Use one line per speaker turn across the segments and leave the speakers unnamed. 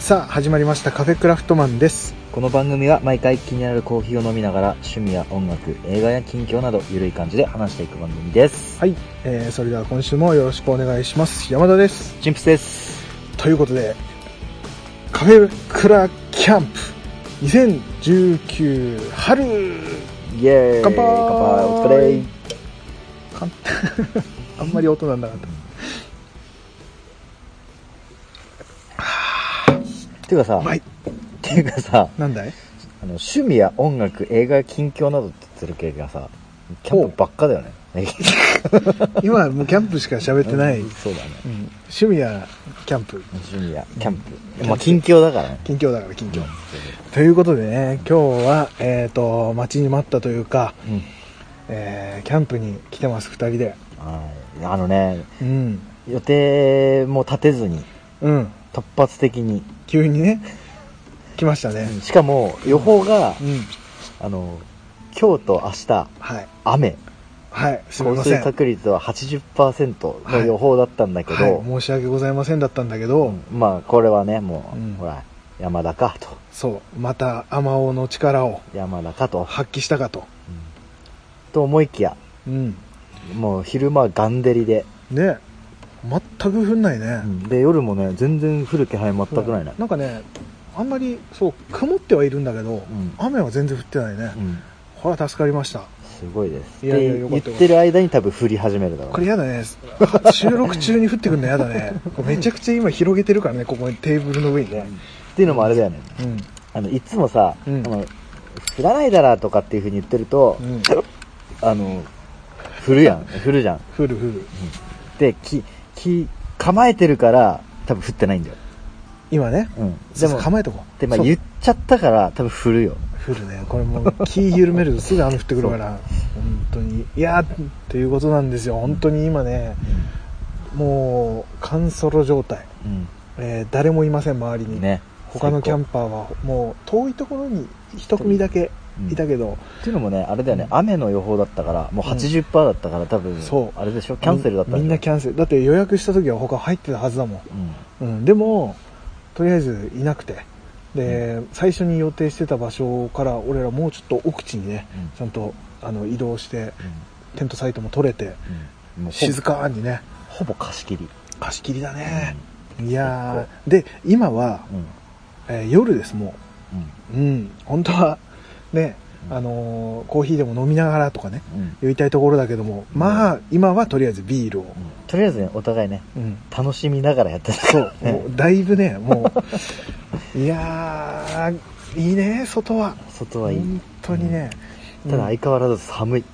さあ始まりましたカフェクラフトマンです
この番組は毎回気になるコーヒーを飲みながら趣味や音楽、映画や近況などゆるい感じで話していく番組です。
はい、えー、それでは今週もよろしくお願いします山田です
チンプスです。
ということでカフェクラキャンプ2019春
イェーイ
乾杯
お疲れ
簡単あんまり音なんなかった
ていうかさ
う、まい
ていうかさ、
なんだい
あの趣味や音楽、映画や近況などって言ってる系がさ、キャンプばっかだよね。
今はもうキャンプしか喋ってない、
うんそうだね。
趣味やキャンプ
趣味やキャンプ。まあ近況だからね。
近況だから近況、
うん
ということでね今日はえっ、と待ちに待ったというか、
うん。
えーキャンプに来てます2人で
はいあのね、
うん
予定も立てずに、
うん
突発的に、
急にね来ましたね
しかも予報が、
うん
あの、今日と明日、
はい
雨、
はいすみ
降
ませ
水
ん
確率は80%の予報だったんだけど、
はい、申し訳ございませんだったんだけど、
まあこれはね、もう、
うん
ほら、山田かと、
そうまた雨尾の力を
山田かと、
発揮したかと
と思いきや、
うん
もう昼間はガンデリで、
ね全く降んないね、
で、夜もね、全然降る気配全くないね。
んかねあんまりそう曇ってはいるんだけど、
ん
雨は全然降ってないね、
うん
これは助かりました
すごいです。
いやいや
で
よか
言
っ
った
よかった
てる間に多分降り始めるだろうね。
これやだね収録中に降ってくるのやだ ねこれめちゃくちゃ今広げてるからねここにテーブルの上にね
っていうのもあれだよね。
うん
あの、いつもさ、
うん
あの降らないだらとかっていう風に言ってると、
うん
あの、降るやん、降るじゃん。
降る降る
で、き、き、構えてるから、多分降ってないんだよ。
今ね
うん。
で
で
も
も、
構えとこう
で、まあ
そう
言っちゃったから、多分降るよ。
降るねこれもう気緩めるとすぐ雨降ってくるから本当にいやーっていうことなんですよ本当に今ねもう乾ソロ状態、
うん。
えー誰もいません周りに、
ね。
他のキャン
プ。
パーはもう遠いところに一組だけいたけど、
っていうのもね、あれだよね、雨の予報だったから、もう80%だったから、多分、
そう
あれでしょ、キャンセルだった
みんな
ャン
キャンセルだって予約した時は他入ってたはずだもんうん、でもとりあえずいなくてで、最初に予定してた場所から俺らもうちょっと奥地にね、
うん
ちゃんとあの移動してテントサイトも取れて
うん。うん。もうほぼ
静。かにね
ほぼ貸し切り。
貸し切りだね、いやーで今は
う、ん。
えー夜ですも
うん。
ううん本当はね、
うん
あのーコーヒーでも飲みながらとかね
うん。うん。
言いたいところだけどもまあ今はとりあえずビールを、
とりあえずね、お互いね、
うん、
楽しみながらやってた。
そう、もうだいぶね、もう、 いやー、いいね、外は。
外はいい。
本当にね。
うん。ただ
うん
相変わらず寒い。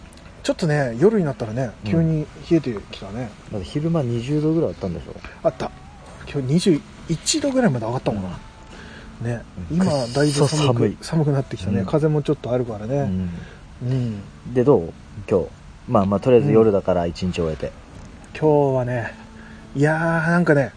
ちょっとね、夜になったらね、
うん
急に冷えてきたね。
だって昼間20度ぐらいあったんでしょ
あった。今日21度ぐらいまで上がったもんな。ね、
うん
今、
くっそ
だいぶ寒
寒
く
い
寒くなってきたね、
うん
風もちょっとあるから
う
ね。
ん。
うん。
で、どう今日。まあまあ、とりあえず夜だから一日終えて。
今日はね、いやー、なんかね、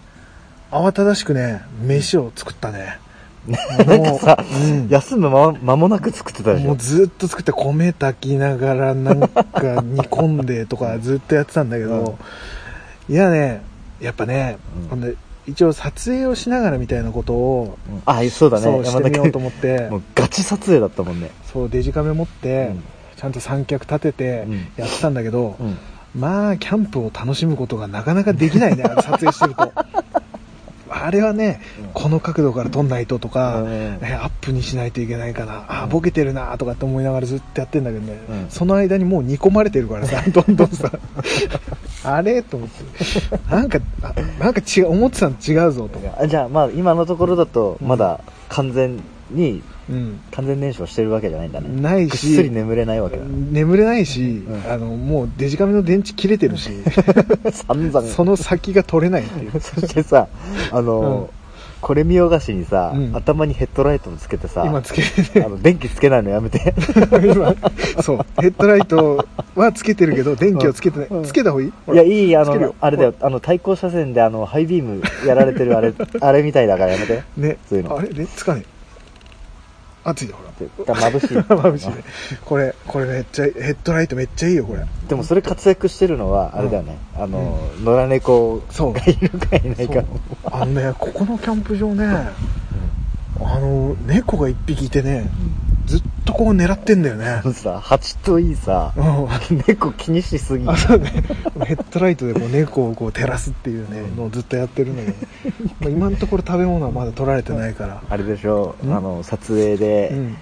慌ただしくね、飯を作ったね。
なんかさ、
うん
休む間間もなく作ってたでし
も
ょ
う。ずっと作って米炊きながらなん か煮込んでとかずっとやってたんだけど、いやねやっぱね、
うん
ほんで一応撮影をしながらみたいなことを、
うんあ、そうだね。
そうしてみようと
君
思って
もうガチ撮影だったもんね。
そうデジカメ持って、
うん
ちゃんと三脚立てて
うん
やってたんだけど、
うん。
まあキャンプを楽しむことがなかなかできないね撮影してる と。あれはね、
うん
この角度から撮んないととか、
うん
えアップにしないといけないかな、あボケてるなとかって思いながらずっとやってんだけどね、
うん
その間にもう煮込まれてるから さ、どんどんさ、あれと思って、なんか、あなんか違う、思ってたの違うぞとか、
あじゃあ、まあ、今のところだと、まだ完全に、
うん、
完全燃焼してるわけじゃないんだね。
ない
ぐっすり
し、
眠れないわけだ。
眠れないし、
うん
あの、もうデジカメの電池切れてるし、
散々。
その先が取れないっていう。
そしてさ、あのー
うん
これ見よがしにさ、
うん
頭にヘッドライトもつけてさ、
今つけ
あ
てね
の電気つけないのやめて。
今そうヘッドライトはつけてるけど電気をつけてない、
うん
つけた方がいいほ
い
ら
や、いい、あ
つけるよ
の、あれだよ、あの、対向車線で、あの、ハイビーム やられてる、あれ、あれみたいだからやめて。
ね
そういうの
あれねつかねえあついたほら
絶対眩 しい。
眩しいねこれこれめっちゃヘッドライトめっちゃいいよこれ
でもそれ活躍してるのは、あれだよね、あの、野良猫
そう
がいるかいない
そ
か
う。あのねここのキャンプ場ねあの猫が1匹いてねずっとこう狙ってんだよね
あのさ蜂といいさ
うん
猫気にしすぎ
あそうねヘッドライトでこう猫をこう照らすっていうねのをずっとやってるんだけど、まあ今のところ食べ物はまだ取られてないから、
あれでしょあ
ん
の撮影
う
で
ん、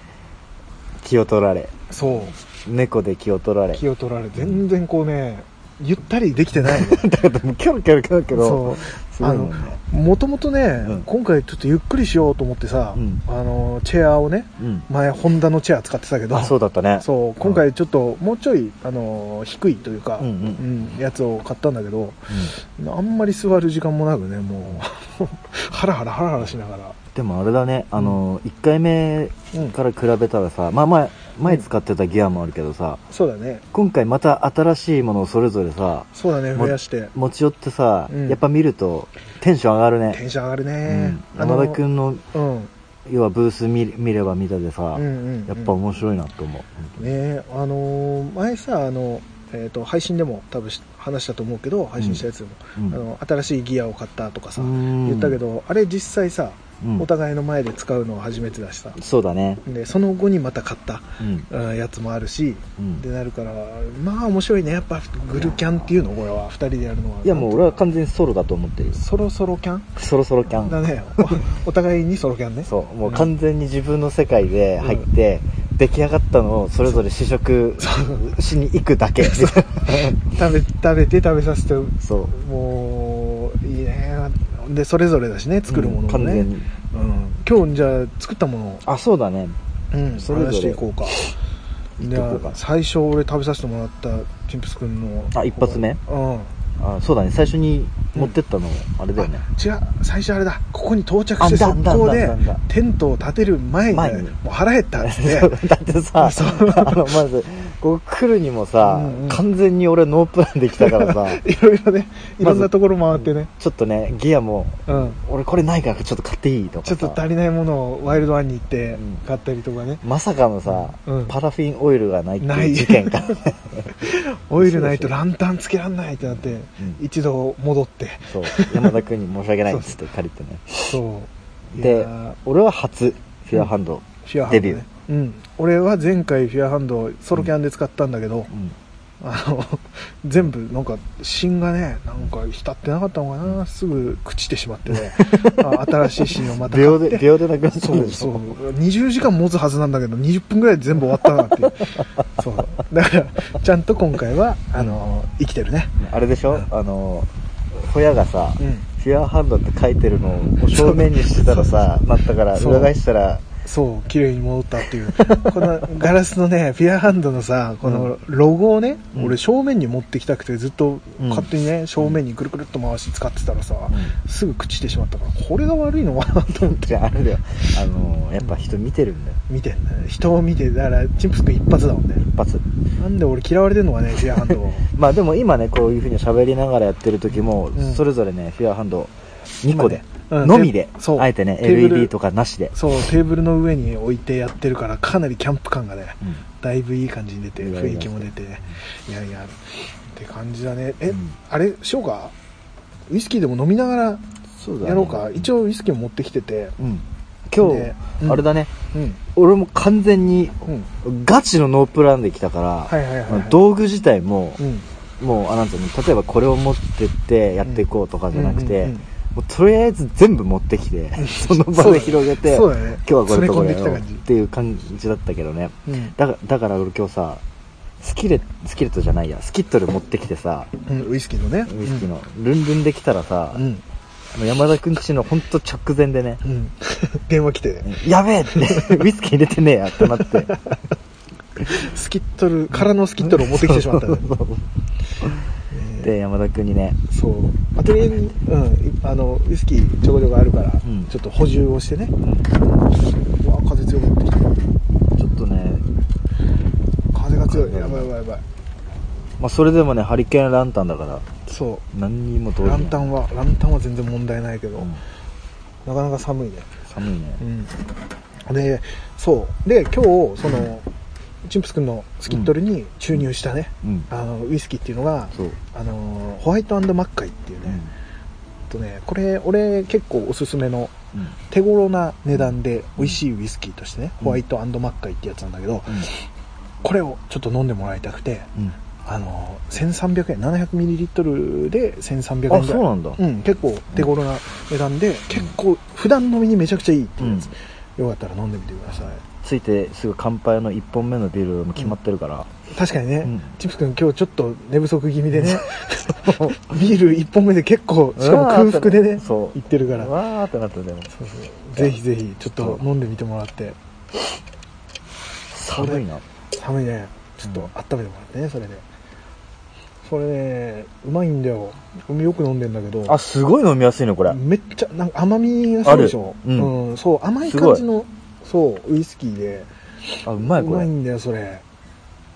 気を取られ
そう
猫で気を取られ
気を取られ全然こうねゆったりできてない ね
だけどもうキョロキョロキョロキョロ
そう
すごいもんね
もともとね、
うん
今回ちょっとゆっくりしようと思ってさ、
うん
あのチェアをね
うん
前ホンダのチェア使ってたけど
あそうだったね
そう今回ちょっともうちょいあの低いというか、
うんうん
うんやつを買ったんだけどあんまり座る時間もなくねも うハラハラハラハラしながら
でもあれだねあの1回目
うん
から比べたらさまあ前前使ってたギアもあるけどさ
そうだね
今回また新しいものをそれぞれさ
そうだね
も
増やして
持ち寄ってさ
うん
やっぱ見るとテンション上がる
テ
ね
ンション上がる
う
ね
ん、山田君の
うんうん
要はブース見見れば見たでさ
うんうん
やっぱ面白いなと思う
ねあのー前さあの、えー、と配信でも多分し話したと思うけど配信したやつでも、
うん
あの新しいギアを買ったとかさ、
うん
言ったけどあれ実際さ、
うん
お互いの前で使うのは初めてだしさ
そうだね
でその後にまた買った
うん
うんやつもあるし
うん
でなるからまあ面白いねやっぱグルキャンっていうのこれは2人でやるのはい
やもう俺は完全にソロだと思ってるよ
ソロソロキャン
そろそろキャン
だねおお互いにソロキャンね
そうもう完全に自分の世界で入って、出来上がったのをそれぞれ試食しに行くだけ
食べ食べて食べさせて
そう
もういいねでそれぞれだしね作るものも
完全
ね、
に
うん今日じゃあ作ったものを、
あそうだね
うん、
それぞれ
話していこうか
行っていこうか
じゃあ最初俺食べさせてもらったチンプス君の
あ一発目
うん
あそうだね最初に持ってったの、あれだよね
違う最初あれだここに到着し
あ
て
だ
速
んだん
攻
だん
で
だんだん
テントを建てる前に,、
前に
もう腹減 ったっつって
だってさ
そう
あのまずここ来るにもさ、
うんうん
完全に俺ノープランできたか らさ
いろいろねい
ま
ろ
ず
んなところ回ってね、
ちょっとねギアも
うん、
俺これないからちょっと買っていいとか
ちょ
さ
っと足りないものをワイルドワンに行って
うん
買ったりとかね、
まさかのさ、
うん
パラフィンオイルがないって
ないいう
事 件からね
オイルないとランタンつけらんないってなって、
うん
一度戻って
そう山田君に申し訳ないっつって借りてね
そうい
で
やー
俺は初フィアハンド、
フィアハンド、ね、
デビュー
うん、俺は前回フィアハンドソロキャンで使ったんだけど、
うん
あの 全部なんか芯がねなんか浸ってなかったのかなすぐ朽ちてしまって ねあ新しい芯をまた買
秒
っ
で
て
秒でなくなった
そ
んで
う
し
そ
ょ
う20時間持つはずなんだけど20分ぐらいで全部終わったなっていう そうだからちゃんと今回はあの生きてるね
あれでしょあのホヤがさ、
うん
フィアハンドって書いてるのを正面にしてたらさなったから
そう
裏返したら
そう綺麗に戻ったっていうこのガラスのねフィアハンドのさこのロゴをね、
うん
俺正面に持ってきたくてずっと
うん
勝手にね、正面にぐるぐるっと回して使ってたらさ、
う
すぐ朽ちてしまったからこれが悪いのかなと思って
じゃああれだよあのやっぱ人見てるんだよ
見てんだね人を見てだからチンプス君一発だもんね
一発
なんで俺嫌われてんのかねフィアハンド を
まあでも今ねこういうふうに喋りながらやってる時も、
うん
それぞれねフィアハンド2個で、
今ねうん
のみで
テーそう
あえてね
テーブル
LED とかなしで、
そうテーブルの上に置いてやってるからかなりキャンプ感がね
うん
だいぶいい感じに出て
いやいや
雰囲気も出ていやいやって感じだねえ、
うん
あれしようかウイスキーでも飲みながら
そうだね
やろうか一応ウイスキーも持ってきてて
うん、今日、
でうん
あれだね
うん
俺も完全に
うん
ガチのノープランで来たから、
はいはいはいはい
道具自体も
う、ん
もうあなんていうの例えばこれを持ってってやっていこうとかじゃなくて、
うんうんうん
もうとりあえず全部持ってき て、その場で広げて、
そうだね
今日はこれとこれや
詰
ろ
め
う
込
っ
んでき
ていう感じだったけどね
た感
だがだから俺今日さスキレスキレットじゃないやスキットル持ってきてさ
じ、うんうん、ウイスキーのね
ウイスキーの、ルンルンできたらさ、
うん、うん
あの山田くんちのほんと直前でね
うん 電話来て
やべえって、 ウイスキー入れてねえやって なって。
スキットル空のスキットルを持ってきてしまったんだ よ
そうそうそうで、山田くんにね、
そうアトリエに、うん、あのウイスキーちょこちょこあるから、
ん
ちょっと補充をしてね、うわ風強くなってきた
ちょっとね、
風が強いやばいやばいやばい
まあ、それでもね、ハリケーンランタンだから、
そ
何にもど
う
う
ランタンはランタンは全然問題ないけど、
うん
なかなか寒いね
寒いね。
うんでそうで今日そのチンプス君のスキットルに注入したね、
うん。
あのウイスキーっていうのが
そう。
あのホワイトマッカイっていうね、とねこれ俺結構おすすめの
うんうん
手頃な値段で美味しいウイスキーとしてね、
うん
ホワイトマッカイってやつなんだけど、これをちょっと飲んでもらいたくて
うん
あの1300円 700ml で1300円ぐらい
あそうなんだ
うん、結構手頃な値段で、結構普段飲みにめちゃくちゃいいっていうやつ、よかったら飲んでみてください
ついてすぐ乾杯の1本目のビールも決まってるから、
確かにね、
うん
チップス君今日ちょっと寝不足気味で ねビール1本目で結構しかも
うわー
空腹でね
そう
いってるから
わーってなったでも
そうそうぜひぜひちょっと飲んでみてもらって
寒いな
寒いねちょっと温めてもらってねそれでそれねうまいんだよ俺もよく飲んでんだけど
あすごい飲みやすいねこれ
めっちゃなんか甘みがすごいでしょ、
あるうん
うん、そう甘い感じのそうウイスキーで
あうまいうこ
ま
れ
いんだよそれ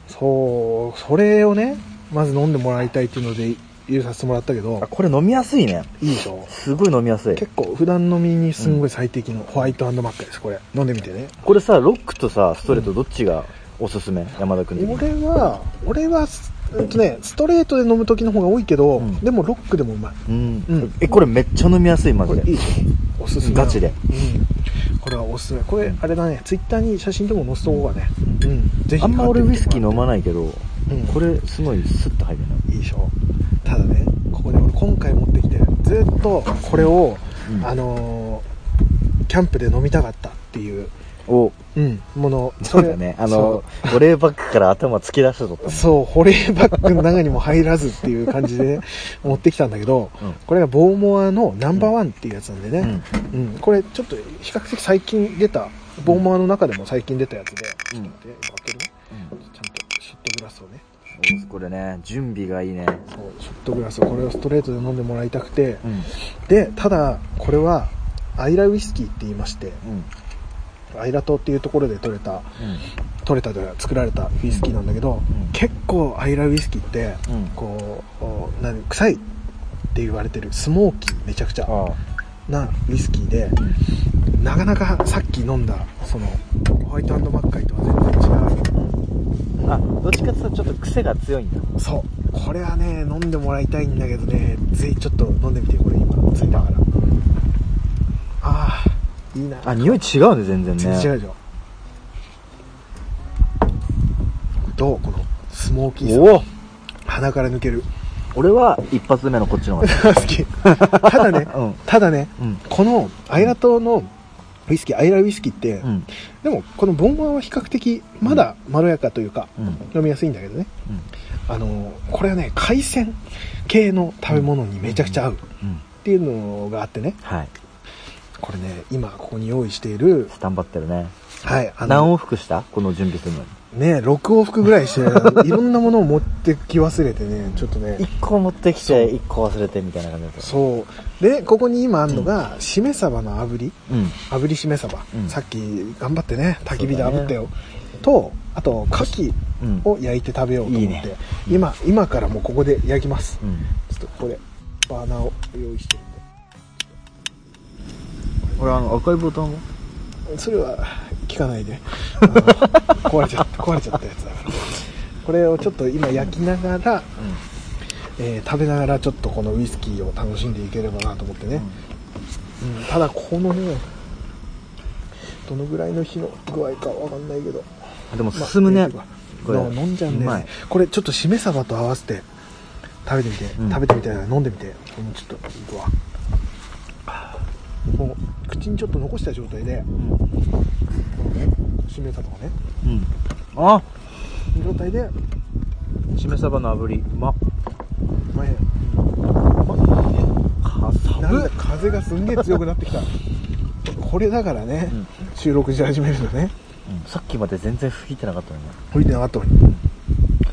そうそれをねまず飲んでもらいたいっていうので入れさせてもらったけど
あこれ飲みやすいね
いいでしょ
すごい飲みやすい
結構普段飲みにすんごい最適のホワイトマッカですこれ飲んでみてね
これさロックとさストレートどっちがおすすめ、山田君的に
俺は俺はすえっとねストレートで飲む時の方が多いけど、
うん
でもロックでもうまい
うん、
うん
えこれめっちゃ飲みやすいマ
こ
ジ
れ
で
いいでしょおすすめ
ガチで
うんこれはおすすめこれあれだねツイッターに写真でも載せとこうがねうんぜひ
あんま俺ウイスキー飲ま
い、
ないけど、
うん、
これすごいスッと入るな、
いいでしょただねここで俺今回持ってきてずっとこれを、
うん
あのーキャンプで飲みたかったっていう、
お
うん、もの
そう
れ
だねあの保冷バッグから頭突き出してとった
そう
ね
そう保冷バッグの中にも入らずっていう感じ でね持ってきたんだけど、
うん
これがボーモアのナンバーワンっていうやつなんでね、うんこれちょっと比較的最近出たボーモアの中でも最近出たやつで、
うん
ちょっと待って今開けるね
うん
ちゃんとショットグラスをね
おこれね準備がいいね
そうショットグラスをこれをストレートで飲んでもらいたくて、
うん
でただこれはアイラウイスキーって言いまして
うん
アイラ島っていうところで取れた取れたというか作られたウイスキーなんだけど、
うん
結構アイラウイスキーって、
うん
こうお何臭いって言われてるスモーキーめちゃくちゃ
ああ
なウイスキーでなかなかさっき飲んだそのホワイトマッカイとは全然
あどっちかっていうとちょっと癖が強いんだ
違うそうこれはね飲んでもらいたいんだけどねぜひちょっと飲んでみてこれ今ついたからああいいな
あ匂い違うね全然ね
全然違うでしょどうこのスモーキーさ
おお
鼻から抜ける
俺は一発目のこっちの方が
好きただね、
うん
ただね
うん
このアイラ島のウイスキーアイラウイスキーって、
うん
でもこのボンバーは比較的まだまろやかというか、
うん
飲みやすいんだけどね
うん
あのこれはね海鮮系の食べ物にめちゃくちゃ合うっ
うん
ていうのがあってね
はい
これね今ここに用意している
スタンバってるね
はいあ
何
の
往復したこの準備するのに
ね6往復ぐらいして いろんなものを持ってき忘れてねちょっとね
1個持ってき
そう
て1個忘れてみたいな感じだった
そうでここに今あるのが、しめ鯖の炙り
うん
炙りしめ鯖、
うん
さっき頑張ってね焚き火で
そうだね
炙ったよ、とあと牡蠣
うん
を焼いて食べようと思って、
いいね
今今からもうここで焼きます、
うん
ちょっとここでバーナーを用意してるん
俺あの赤いボタンも
でそれは聞かない であの壊れちゃった壊れちゃったやつだからこれをちょっと今焼きながら、えー食べながらちょっとこのウイスキーを楽しんでいければなと思ってね、うんただこのねどのぐらいの火の具合かわかんないけど
あでも進むね、
まあの飲んじゃうん
う
ね
まい
これちょっとしめ鯖と合わせて食べてみて、
ん
食べてみて飲んでみてもうちょっといくわもう口にちょっと残した状態でこのねしめ鯖をね
うんあ
状態で
しめ鯖の炙りうまっ
前へま
か
あなんか風がすんげえ強くなってきたこれだからね、
うん
収録し始めるのね
うんさっきまで全然吹いてなかったのに
吹いてなかったのに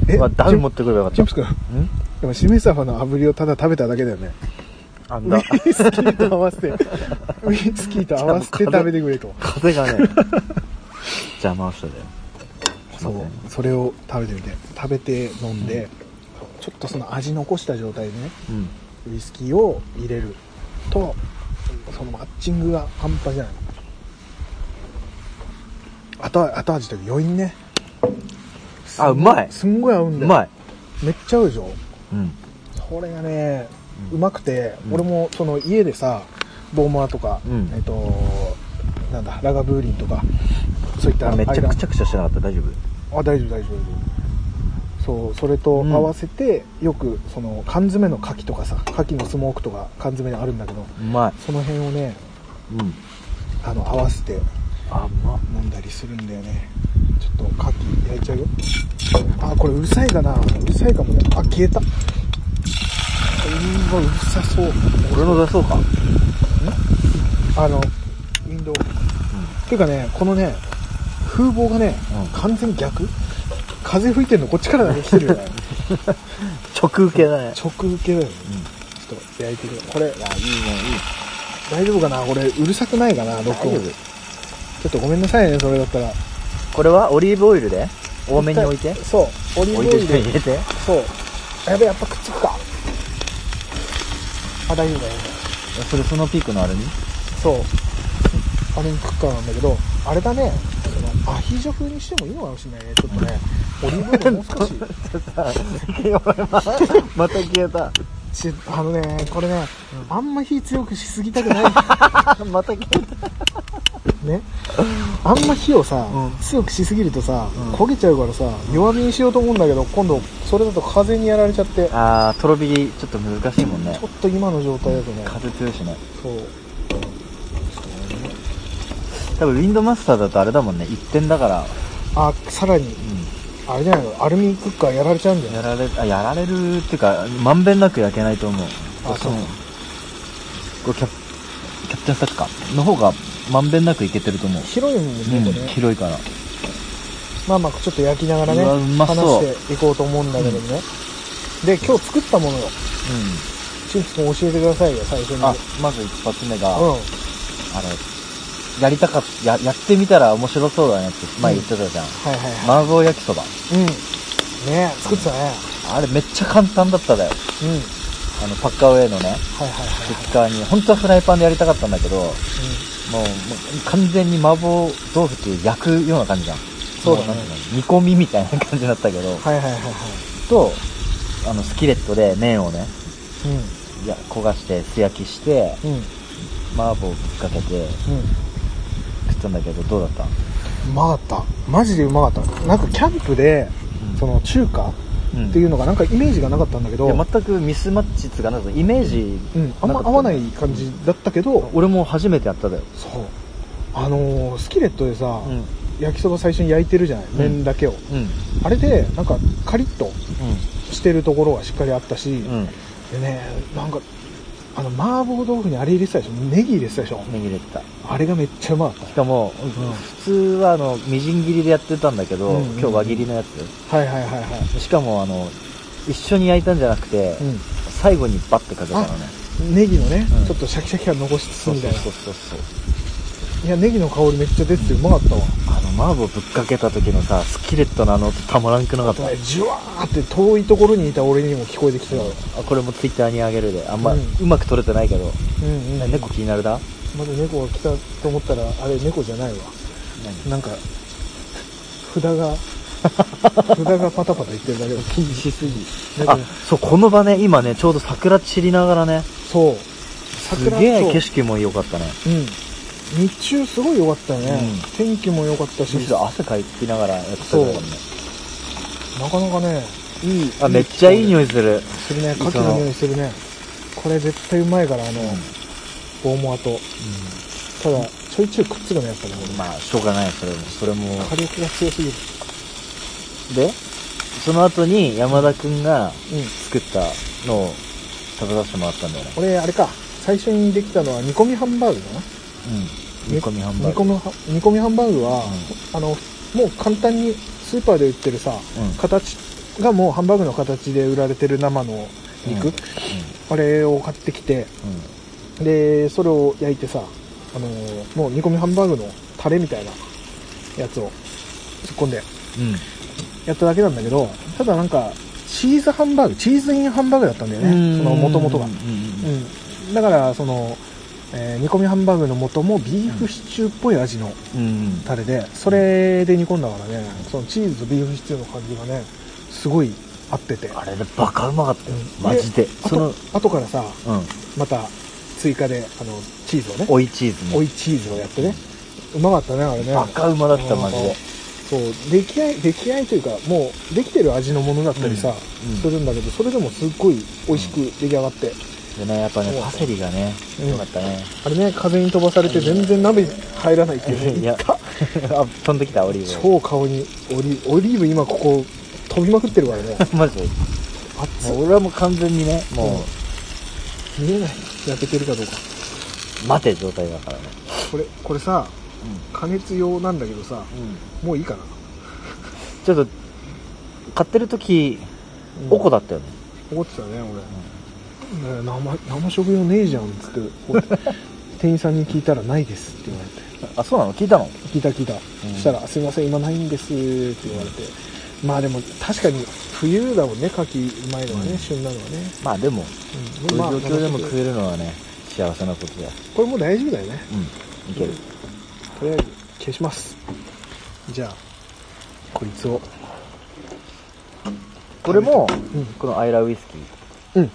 え
うわダウン持っ
チ
てくればよかっ
ッ
た
チップス君
ん
でもしめ鯖の炙りをただ食べただけだよね
あん
ウ
だ
イスキーと合わ せてウイスキーと合わせて食べてくれと
風が ね邪魔をしただよ
そう
待って
それを食べてみて食べて飲んで、ちょっとその味残した状態でね
うん
ウイスキーを入れるとそのマッチングが半端じゃない後は後味というか余韻ね
あうまい
すんごい合うんだ
う
よ
まい
めっちゃ合うでしょ
うん
それがね
う
うんまくて、
うん
俺もその家でさボーマーとか、
うん
えっとなんだラガブーリンとかそういった
あめっちゃ
間
くちゃくちゃしてなかった大丈夫
あ大丈夫大丈夫そうそれと合わせて、よくその缶詰の牡蠣とかさ牡蠣のスモークとか缶詰にあるんだけど
うまい
その辺をね
うん
あの合わせて
あうまっ
飲んだりするんだよねちょっと牡蠣焼いちゃうよあこれうるさいかなうるさいかもねあ消えたうーわうるさそう
俺の出そうか
あのウィンドウていうかねこのね風貌がね、
うん
完全に逆風吹いてんのこっちからだけ来 てるよね
直受けだね
直受けだよね、ちょっと焼いてくるこれ
あいいねいい
大丈夫かなこれうるさくないかな録音
大丈
ちょっとごめんなさいねそれだったら
これはオリーブオイルで多めに置いて
そうオリー
置い
ブオ
て
イル
入
で
れて
そうやべやっぱくっつくかあ大丈夫だよ
それそのピークのあれに
そうあれにくっかなんだけどあれだねそのアヒージョ風にしてもいいのかもしれないねちょっとねオリーブオイルもう少し
また消えた
ちあのねこれね、あんま火強くしすぎたくない
また消えた
ねあんま火をさ、
うん
強くしすぎるとさ、
ん
焦げちゃうからさ弱火にしようと思うんだけど今度それだと風にやられちゃってちょ
あーとろ火ちょっと難しいもんね
っと今の状態だとね
風強いしね
そう
多分ウィンドマスターだとあれだもんね一点だから
あさらにあれじゃないのアルミクッカーやられちゃうんじゃな
や
い
られあやられるっていうかまんべんなく焼けないと思う
あそう
これキャキャプテンサッカーの方がまんべんなくいけてると思う、
広いもんね、
う
こ
ん
こね
広いから
まあまあちょっと焼きながらね
うわうまそう
話していこうと思うんだけどね、で今日作ったものよ
う
チンプス君教えてくださいよ最初に
んあまず一発目が、あ
うん
れやりたかっややってみたら面白そうだねって前言ってたじゃん、
はいはいはい、
麻婆焼きそば
うんねえ作ってたね
あれめっちゃ簡単だっただよ
うんはい
あのパッカーウェイの
は
ね
いはい
ク
はい
ッカーに本当はフライパンでやりたかったんだけどもうもう完全に麻婆豆腐っていう焼くような感じじゃん
そうだね
もなんていの煮込みみたいな感じだったけど
はいはいはいはい
とあのスキレットで麺をね
う
いや焦がして素焼きして
んうん
麻婆ぶっかけて
う
食ったんだけどどうだった
んうまかったマジでうまかったなんかキャンプで
うん
その中華
うん
っていうのがなんかイメージがなかったんだけど、
いや全くミスマッチつうかなんかイメージ
うん、あんま合わない感じだったけど、
俺も初めてやっただよ
そうあのースキレットでさ、
うん
焼きそば最初に焼いてるじゃない
ん
麺だけを、
うん
あれでなんかカリッとしてるところはしっかりあったし、
うんうん
でねなんかあの麻婆豆腐にあれ入れてたでしょネギ入れてたでしょ
握れてた
あれがめっちゃうまかっ
しかも、普通はあのみじん切りでやってたんだけど、
うんうんうん
今日輪切りのや
たはいはいはいはい
つしかもあの一緒に焼いたんじゃなくて、
う
最後にバッてかけたのね
んネギのね、
うん
ちょっとシャキシャキ感残しつつ
そう
みた
そう
いな
そうそうそう
いやネギの香りめっちゃ出ててうまかったわ
あの麻婆ぶっかけた時のさスキレットのあの音たまらんくなか
あ
った
とねジュワーって遠いところにいた俺にも聞こえてきてたわ
あこれもツイッターにあげるであんま、う
うん
まく撮れてないけど、
うんうん、
ね猫気になるだ
まだ猫が来たと思ったらあれ猫じゃないわなん か札が札がパタパタいってるだけだ
禁止すぎ
なん
あ
か
そうこの場ね今ねちょうど桜散りながらね
そう
す
桜
げえ景
色
色も良かったね
うん日中すごい良かったよね、
う
天気も良かったし
むしろ汗かいてながらやってたからね
なかなかねいい
あめっちゃいい
い
匂いする
するね牡蠣の匂いするねこれ絶対うまいからあの大モアとただちょいちょいくっつくのやっぱり俺
まあしょうがないそれもそれも
火力が強すぎる
でその後に山田くんが
うん
作ったのを食べさせてもらったんだよね
俺あれか最初にできたのは煮込みハンバーグだな
うん煮込みハンバーグ
煮込みハ煮込みハンバーグは、あのもう簡単にスーパーで売ってるさ、
うん
形がもうハンバーグの形で売られてる生の肉、
うん
あれを買ってきてでそれを焼いてさあのーもう煮込みハンバーグのタレみたいなやつを突っ込んで
うんうんうん
やっただけなんだけどただなんかチーズハンバーグチーズインハンバーグだったんだよねその元々が
うんうん
うん、だからその、えー煮込みハンバーグの素もビーフシチューっぽい味の
うんうん
タレでそれで煮込んだからねそのチーズとビーフシチューの感じがねすごい合ってて、
あれでバカうまかったよ
うん
マジで
あ
その
と後からさ
うん
また追加であのチーズをね
追いチーズ
追
ね
いチーズをやってねうまかったねあれね
バカうまだったマジで
そう出来合い出来合いというかもうできてる味のものだったりさ、
うんうん
するんだけどそれでもすっごい美味しく出来上がって、
でねやっぱ
そ
ね
う
パセリがね
うん
よかったね
あれね風に飛ばされて全然鍋に入らないっていうね
いやあ飛んできたオリーブ
超顔にオリオリーブ今ここ飛びまくってるから ね
マジで
熱
もう俺はもう完全にねも
見えない焼けてるかどうか
う待て状態だからね
これこれさ加熱用なんだけどさ
うん
もういいかな、
ちょっと買ってる時おこ
だ
だったよね
怒ってたね俺、ねえ生生食用ねえじゃんっつって怒って 店員さんに聞いたらないですって言われて
あそうなの聞いたの
聞いた聞いた、そしたら「すいません今ないんです」って言われて、まあでも確かに冬だもんね牡蠣うまいのはね、
うん
旬なのはね、
まあで
うん
もこういう
まあ
状況でも食えるのはね幸せなことだよ
これもう大丈夫だよね
うんいける
とりあえず消しますじゃあこいつを
これも
うん
このアイラウイスキ
う
ー
ん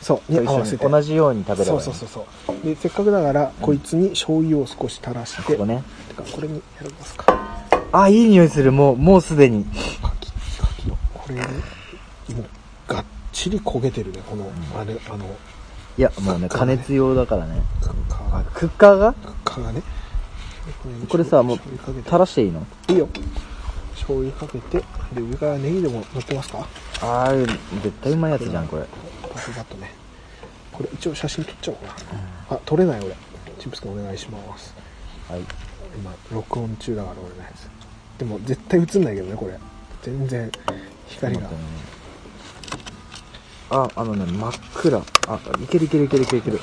そうに
と
合わ
一緒
せ
に
て
同じように食べればいい
そうそうそうそうでせっかくだからこいつに醤油を少し垂らして、
ここね
てかこれにやりますか
あいい匂いするもうもうすでに
カキカキをこれにもうがっちり焦げてるねこの、あれあの
いやもうね加熱用だからね
クッカー
あクッカーが
蚊がね
これさもう
醤油かけて
垂らしていいの
いいよ醤油かけてで上からネギでも乗ってますか
ああ絶対うまいやつじゃんこれ
パスパッとねこれ一応写真撮っちゃおうかなあ撮れない俺チップス君お願いします
はい
今録音中だから俺のやつでも絶対映んないけどねこれ全然光が
ああのね真っ暗あいけるいけるいけるいけるいける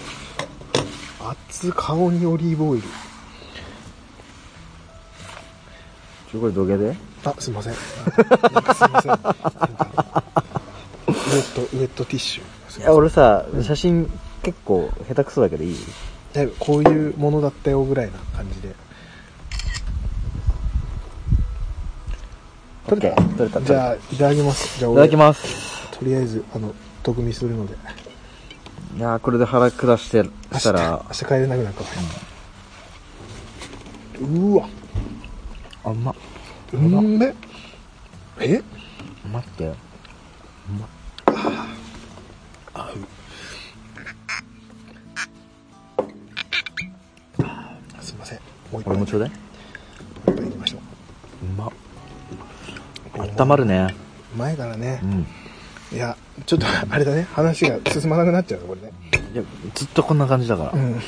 熱顔にオリーブオイル
ちょこれ土下で
あすいませんあなんかすいませんなんかウェットウェットティッシュす
い
い
や
ま
俺さ写真結構下手くそだけどいい
せんだいぶこういうものだったよぐらいな感じで
オッケー撮れた
じ
撮れ
ゃ
た
あ
い
いただきますじゃあ
ただ
俺
きます
とりあえずあの特見するので
いやーこれで腹下して
明
した
日
ら
明日帰れなくなるから、うわ
あうまっ
うんめえ
待ってよ
すいませんもう一
俺
杯
もちょうだい
もう一杯いきましょ
うまっ温まるね
う前からね
う、ん
いやちょっとあれだね話が進まなくなっちゃうねこれね
いやずっとこんな感じだから、
う
い
ん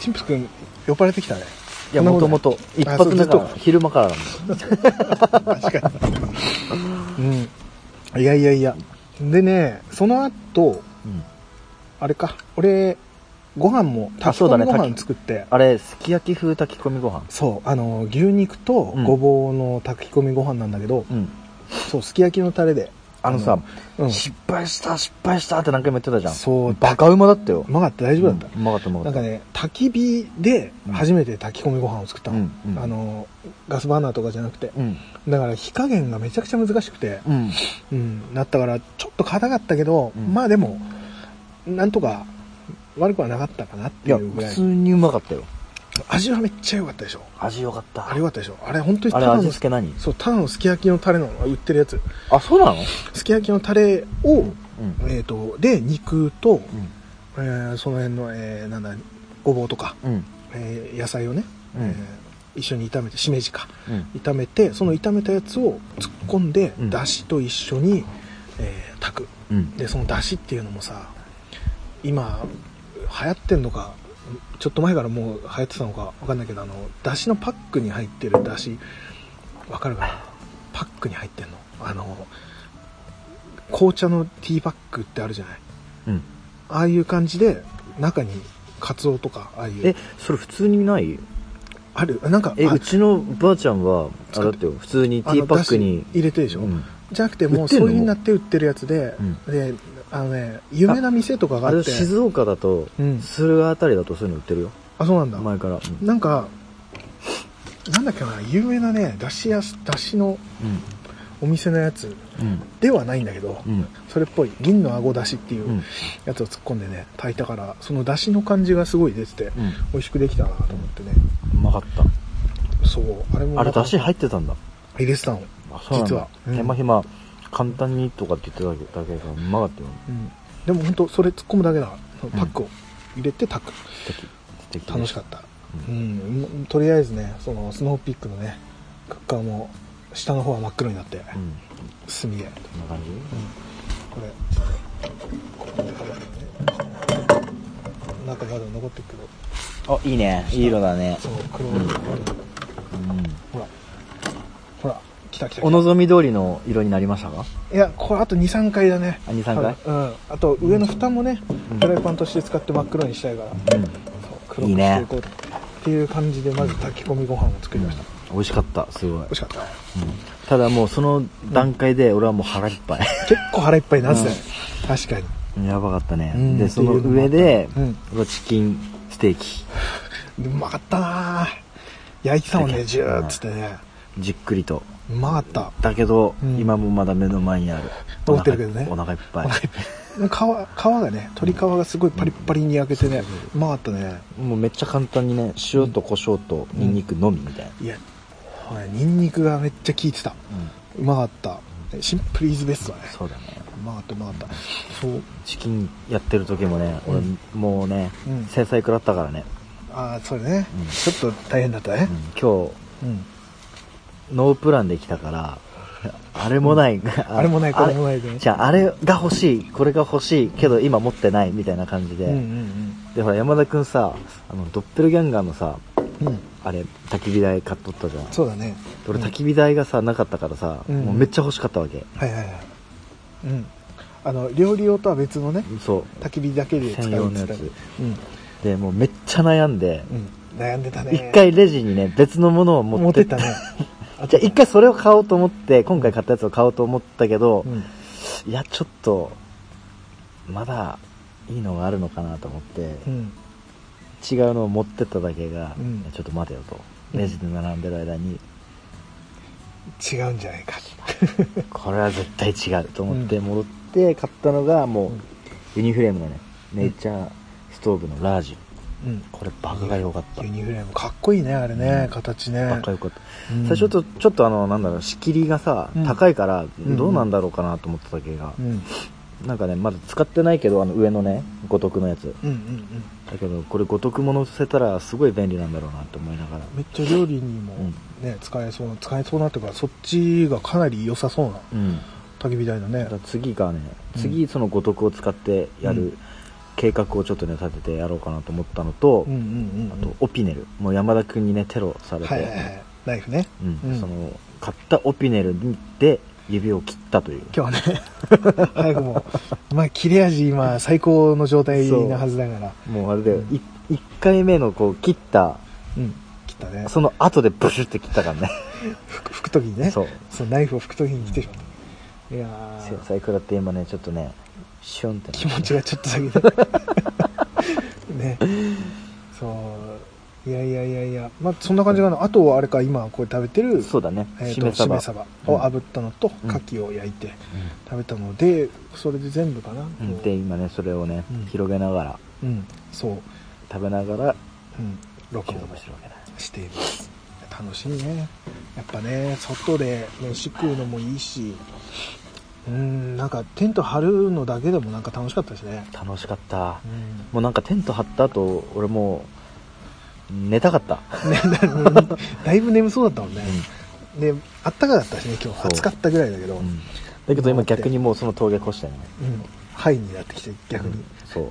チンプス君呼ばれてきたね
やもともと一
あそ
発
う
目だから
ずっ
昼間からだもん
確かにうんいやいやいやでねその後
うん
あれか俺ご飯も
あ
炊き
そう
込
だ
み
ね
ご
炊
飯
き
作って
あれすき焼き風炊き込みご飯
そうあの牛肉と
うん
ごぼうの炊き込みご飯なんだけど、
うん
そうすき焼きのタレで
あのさ、
うん
失敗した失敗したって何回も言ってたじゃん
そう
バカうまだったよ
うまかった大丈夫だった、
うんうまかったうま
な
かっ
ん
た
かね焚き火で初めて炊き込みご飯を作ったの,、
うんうん
あのガスバーナーとかじゃなくて
うん
だから火加減がめちゃくちゃ難しくて、
うん
うん、なったからちょっと硬かったけど、
うん
まあでもなんとか悪くはなかったかなって
い
い
や
うぐら
普
い
通にうまかったよ
味はめっちゃ良かったでしょ
味よかった
あれ良かったでしょあれ本当にた
あれ
だ
味
の
付け何
そうただのすき焼きのタレの売ってるやつ
あそうなの
すき焼きのタレを、
うん
えー、とで肉と、
うん
えーその辺の、えーなんだごぼうとか、
うん
えー野菜をね、
うん
えー一緒に炒めてしめじか
うん
炒めてその炒めたやつを突っ込んで、
うん
だしと一緒に、えー炊く
うん
でそのだしっていうのもさ今流行ってんのかちょっと前からもう流行ってたのかわかんないけどあのだしのパックに入ってるだしわかるかなパックに入ってんのあの紅茶のティーバッグってあるじゃない
うん
ああいう感じで中にカツオとかああいう
えそれ普通にない
あるなんか
え
あ
うちのばあちゃんはあ
使っ
れだったよ普通にティーパックに
あのだし入れてるでしょ、
うん
じゃなくてもう
売ってん
そ
の
ういう風になって売ってるやつで、
う
であのね有名な店とかが
あ
あ
れ
って
静岡だと
うん
駿河あたりだとそういうの売ってるよ
あそうなんだ
前からうん
なんか、なんだっけな、有名なね、だしやす、だしのお店のやつ
うん
ではないんだけど、
うん
それっぽい銀のあごだしっていううんやつを突っ込んでね炊いたからそのだしの感じがすごい出てて、
うん
美味しくできたなと思ってね
うまかった
そうあれも
あれ、だし
入
入ってたんだ。
れてたの、
あそうなんだ
実はうん
手間暇、簡単にとかって言ってただけだから、うまかったよ。
うん、でも本当それ突っ込むだけだそのパックを入れて炊く、
素敵。素敵
楽しかった、う
うん
んうんとりあえずねそのスノーピックのねクッカーも下の方は真っ黒になって、
うん。
炭で、うん、
こ
これ
んな感じ
ここに入ってね中まだ残ってるけど
あ、いいね。いい色だね。
そう黒い、
うん。
ほらほら来た来た来た
お望み通りの色になりましたか
いやこれあと23回だね
あ、2、3回
多分うんあと上の蓋もね、
うん
フライパンとして使って真っ黒にしたいから、
うん。
そう黒く
い
して
いね
いこうっていう感じでまず炊き込みご飯を作りました、
美味しかった、すごい
美味。しかった
ただもうその段階で俺はもう腹いっぱい。
結構腹いっぱいになってたよ、確かに
やばかったね。
うん
で、その上で
っていうのもあっ、
チキンステーキ。
うまかったなぁ焼いてたもんねジューっつってね
じっくりと。
うまかった
だけど、
うん
今もまだ目の前にある。
残ってるけどね
お腹いっぱい。
皮皮がね鶏皮がすごいパリッパリに焼けてねうまかったね
もうめっちゃ簡単にね、塩と胡椒とニンニクのみみたいな。
いやほらニンニクがめっちゃ効いてたうまかったシンプルイズベストだね
そうだね。
うまかったうまかったそう
チキンやってる時もね、
う
俺
ん
もうね
うん、
制裁食らったからね。
ああそれね、
うん
ちょっと大変だった
う
ね
ん今日、
うん
ノープランで来たから、 あれもない、。
あれもないこれもないいでね
じ ゃあ、あれが欲しい、これが欲しい、けど今持ってない、みたいな感じで。
うんうん
で、ほら、山田くんさ、あの、ドッペルギャンガーのさ、
うんうん
あれ、焚き火台買っとったじゃん。
そうだね
俺、焚き火台がさ、なかったからさ、
うん
もうめっちゃ欲しかったわけ。
はいはいはいうんあの料理用とは別のね
そ
焚き火だけで使う
専用のやつ
っつったね
う。で、もうめっちゃ悩んで、
うん、うん、悩んでたね
一回レジにね、別のものを持って
持ってったね
じゃあ一回それを買おうと思って、今回買ったやつを買おうと思ったけど、
うん
いや、ちょっと、まだいいのがあるのかなと思って、
うん
違うのを持ってっただけが、
うん
ちょっと待てよと。
うん
レジで並んでる間に、
違うんじゃないか
これは絶対違うと思って戻って買ったのがも
うん
うユニフレームのねネイチャーストーブのラージ
うん
これバカが良かった
ユニフレームかっこいいねあれね、
うん
形ね
バカ良かった
うん
最初ちょっとちょっとあのなんだろう仕切りがさ
うん
高いから
ん
どうなんだろうかなと思ってたけが
うん
なんかねまだ使ってないけどあの上のね五徳のやつ
うんうんうん
だけどこれ五徳も乗せたらすごい便利なんだろうなと思いながら
めっちゃ料理にもね、使えそうな使えそうなっていうかそっちがかなり良さそうな
うん
焚き火台のね
だから次がね
うん
次その五徳を使ってや
う
る計画をちょっとね立ててやろうかなと思ったのと
うんうんうん
あとオピネルもう山田君にねテロされて、
はいはいはいナイフね
うん
うん
その買ったオピネルで指を切ったという
今日はね 早くもまあ切れ味今最高の状態なはずだから
もうあれだよ、
うん
い一1回目のこう切った
うん切ったね
その後でブシュって切ったからね
拭く拭く時にね
そう
そうナイフを拭く時に来てしまったいや
制
ー
裁食らって今ねちょっとねシュンってな
気持ちがちょっと先に ねそういやいやいやいやまあそんな感じかなあとはあれか今これ食べてる
そうだね、
えー
し
と
め
し
鯖
め鯖を炙ったのと
うん
牡蠣を焼いて食べたのでそれで全部かな
うん
こう
で今ねそれをね、
うん
広げながら
うんそう
食べながら
うん録
収
音
録してるわけだ
しています楽しいねやっぱね外で飯食うのもいいしうんなんかテント張るのだけでもなんか楽しかったしね
楽しかった
う、ん
もうなんかテント張った後俺もう寝たかった
ねだいぶ眠そうだったもんね、であったかかったしね今日
そう
暑かったぐらいだけど、うん
だけど今逆にもうその峠越したよね
ハイになってきて逆に、
そう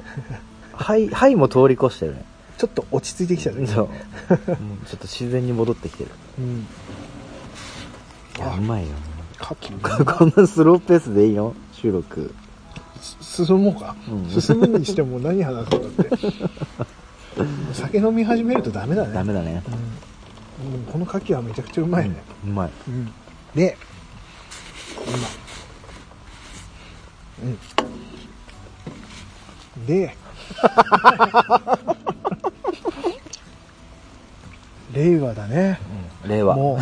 はいはいも通り越してるね
ちょっと落ち着いてきたね
そうもうちょっと自然に戻ってきてる
うん
いや
あ
うまいよ
カキ
こんなスローペースでいいの収録
進もうか、
うん
進むにしても何話すんだっ て酒飲み始めるとダメだね
ダメだね
うん、うんこの牡蠣はめちゃくちゃうまいね、
うんうまい
うんで今うんで 令和だね。
令和。
もう、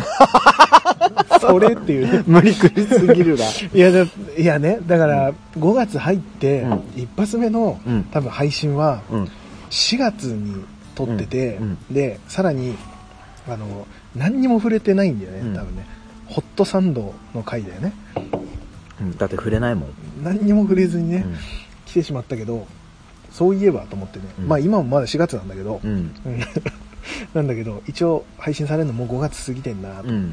それっていう。
無理くりすぎるな。
いやだ、いやね、だから、5月入って
うん、
一発目の
うん、
多分配信は、
うん。
4月に撮ってて、
うん
で、さらに、あの、何にも触れてないんだよ
うん
ね、多分ね。ホットサンドの回だよね。
うんだって触れないもん。
何にも触れずにね、
うん
来てしまったけど、そういえばと思ってね。
うん
まあ今もまだ4月なんだけど
う、ん。
うん なんだけど、一応配信されるのもう5月過ぎてんなと
う
思っ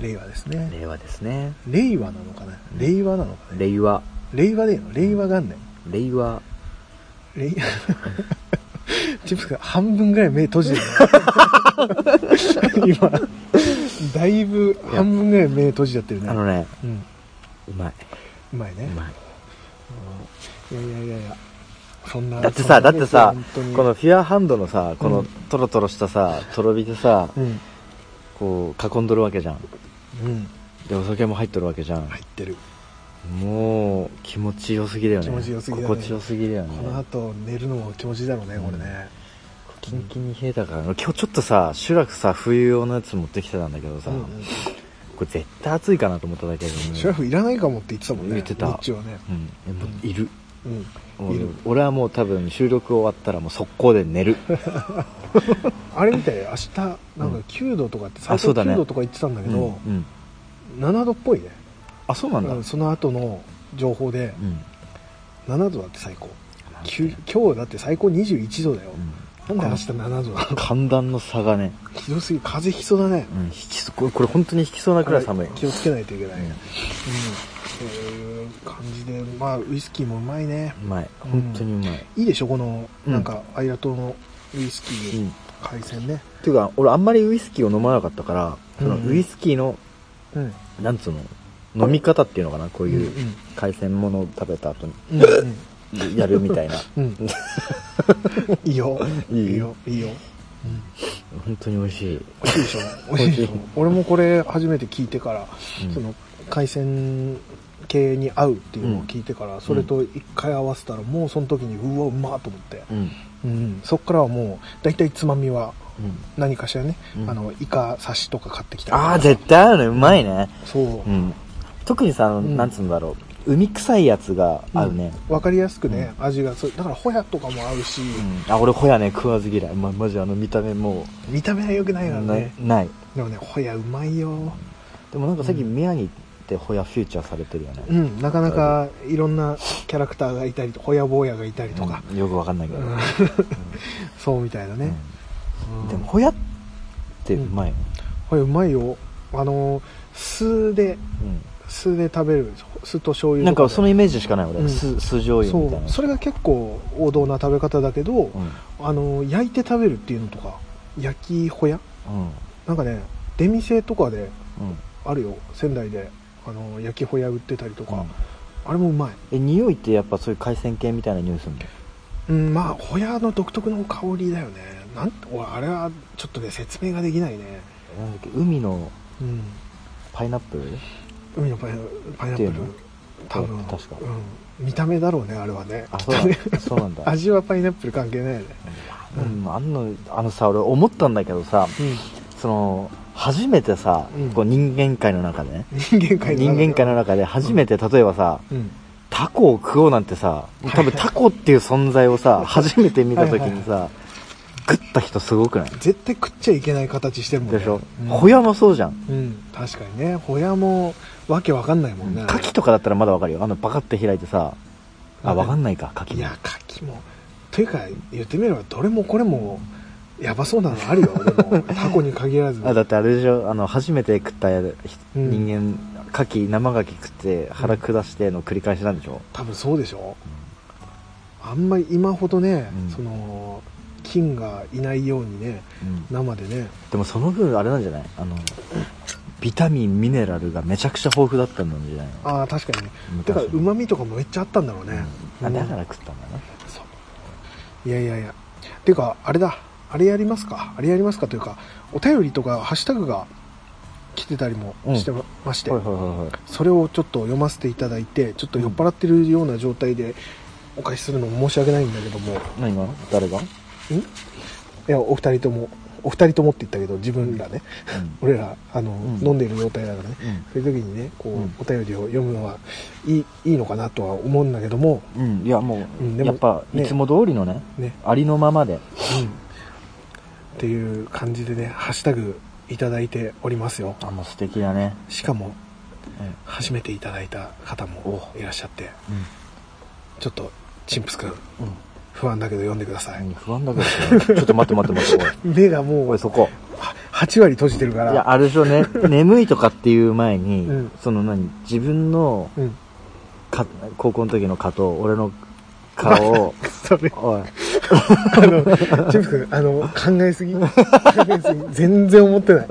て、
ん
令和ですね。
令和ですね。
令和なのかな
うん
令和なのかね
令和。
令和でいいの令和元年。
令和。
令 チップスが半分ぐらい目閉じてるね 今、だいぶ半分ぐらい目閉じちゃってるね
あ。のね、
うん。
うまい。
うまいうね。
まい。
うんいやいやいやいや。そんな。
だってさ、だってさ
そんなね、
この、フィアハンドのさ、こ
う
の
ん
トロトロしたさ、とろ火でさ、
本当に
こう、囲んどるわけじゃん。
うん。うん。
で、お酒も入っとるわけじゃん。
入ってる。
もう、気持ちよすぎだよね。
気持ちよすぎだね
心地よすぎだよ
この
ね。
後寝るのも気持ちいいだろうね、これね。
キンキンに冷えたから。今日ちょっとさ、集落さ、冬用のやつ持ってきてたんだけどさ、
うんうん
これ絶対暑いかなと思っただけでね。
シュ ラフいらないかもって言ってたもんね。
言ってた
こっちはね。
うん。えもういる。
うん。いる。
俺はもう多分収録終わったらもう速攻で 寝る。
あれみたい、明日、なんか
うん
9度とかって、
あ
最
そ
高
うだね
9度とか言ってたんだけ
うん
ど、
うん
7度っぽいね。
あ、そうなんだ。
う
うんん。
その後の情報で、7度だって最高。きゅう今日だって最高21度だよ。なんで明日7度なの
寒暖の差がね、
ひどすぎ、風邪ひきそうだね。
うん、引きそこれこれ本当に引きそうなくらい寒い。
気をつけないといけない。
うん
うん。そういう感じで、まあ、ウイスキーもうまいね。
うまい。本当にうまい。
いいでしょ、この、
うん
なんか、アイラ島のウイスキ
う
ー、
ん。
海鮮ね。
ていうか、俺あんまりウイスキーを飲まなかったから、その
うん
ウイスキーの、
うん。
なんつうの、飲み方っていうのかな、こう
う
い
ん
う海鮮ものを食べた後
うん。うん。
にやるみた いな。
うん。いいよ。
いい
いいよ。いいよ。うん。
本当に美味しい。
美味しいでしょ美味しいでしょ
美味しい
俺もこれ初めて聞いてから、
うん
その海鮮系に合うっていうのを聞いてから、それと一回合わせたらもうその時にうわうまっと思って、
うん。
うん、そっからはもう大体つまみは
うん。
何かしらね、
うん
あのイカ刺しとか買ってきたりとか
ああ、絶対合うね。うまいね。
そう、
うん。特にさ、あの
ん
なんつうんだろう。海臭いやつが合うね。
分かりやすくね、味がそうだからホヤとかも合うし、
うんあ、俺ホヤね、食わず嫌い。ま、マジあの見た目も
見た目は良くな
う、
いから
な
ね
ない。
でもねホヤうまいよ
でもなんか最
う
近宮城ってホヤフューチャーされてるよね。
うんなかなかいろんなキャラクターがいたりとホヤ坊やがいたりとか、
うんよくわかんないけど。
うんそうみたいなね、
う
で
んでも
も
ホヤってうまいよ。
これうまいよあの酢で酢で食べる酢と醤
うん
油
なん
と
か
で
そのイメージしかない俺。
うん
酢、酢醤油みたい
そ
な。
うそれが結構王道な食べ方だけど、
うん。
あの焼いて食べるっていうのとか焼きほや
うん。
なんかね出店とかで
うん。
あるよ仙台であの焼きほや売ってたりとか、
うん
あれもうまい
え、匂いってやっぱそういう海鮮系みたいな匂いするんだよ。
うんまあほやの独特の香りだよねなん俺あれはちょっとね説明ができないね
なんだっけ、海の
うん
パイナップル
海のパイナパイナップル
っていうの
多分
確か
うん、見た目だろうねあれはね
あ、
きっ
そ
と
うなん
ね
だ。そうなんだ。
味はパイナップル関係ないよね
うん、あの、あのさ、俺思ったんだけどさ、その、初めてさ、
うん
こう人間界の中でね、
人間界
人間界の中で初めて、例えばさ、
うん
タコを食おうなんてさ、多分タコっていう存在をさ、初めて見た時にさ、食った人すごくない
絶対食っちゃいけない形してるもんね
でしょ
うん、
ホヤもそうじゃん。
うん確かにねホヤもわけわかんないもんね、
牡蠣とかだったらまだわかるよ。あの、パカって開いてさ、あ、
わ
わ
か
か
る
んないか、牡
い
蠣も
や。カキもというか言ってみればどれもこれもやばそうなの あるよ俺もタコに限らず
あだってあれでしょあの、初めて食った人
うん
間、牡蠣、生牡蠣食って腹下しての繰り返しなんでしょ
多分そうでしょあんまり今ほどね、
うん
その菌がいないようにね
うん
生でね
でもその分あれなんじゃないあのビタミンミネラルがめちゃくちゃ豊富だったんじゃないの
ああ確かにねて
昔
か
の
うまみとかもめっちゃあったんだろうね、
あ
うん
だから食ったんだな
そういやいやいやていうかあれだあれやりますかあれやりますかというかお便りとかハッシュタグが来てたりもしてままして、
はいはいはいはい
それをちょっと読ませていただいてちょっと酔っ払ってるような状態でお返しするのも申し訳ないんだけどもんい
何が誰が
やお二人ともお二人ともって言ったけど自分らね、
う
俺らあの、
ん
飲んでる状態だからね、そういう時にねこう、
うん
お便りを読むのはいいいいのかなとは思うんだけども
うん、いやも
う
う、
んでも
やっぱ、
ね
いつも通りのね
ね、
ありのままで
うん、っていう感じでねハッシュタグいただいておりますよ
あもう素敵だね、
しかも
うん
初めていただいた方もいらっしゃってちょっとチンプスくん
うん
不安だけど読んでください、
不安だけど、 ね、ちょっと待って待って待って
目が
おいお
もう
いそこ
は8割閉じてるか
いや
ら
あれでしょう ね眠いとかっていう前に、
うん
その何自分の
うん
か高校の時の顔と俺の顔を
それ
おい
あのチンプスくんあの考えすぎ考えすぎ全然思ってない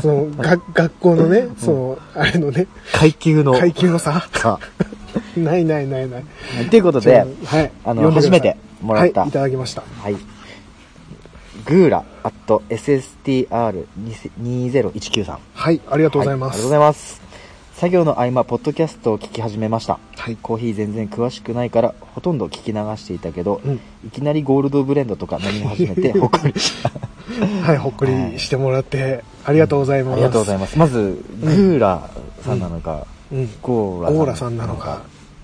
そのが学校のねそのあれのね
階級の
階級の差
さ
ないないないない
ということで
はい
あ
呼
の
んでくださ
初
い
めてもらった、
はい、いただきました
はい。グーラ、アット、SSTR2019 さん。あ
は
りが
いありがとうございま
ありがと
す、
うございます。作業の合間、ポッドキャストを聞き始めました。
はい
コーヒー全然詳しくないから、ほとんど聞き流していたけど、
うん
いきなりゴールドブレンドとか飲み始め て、ほっこりした。
はい、ほっこりしてもらって、ありがとうございます。
ありがとうございます。まず、グーラさんなのか、
うん。
ゴ
ゴーラさんなのか、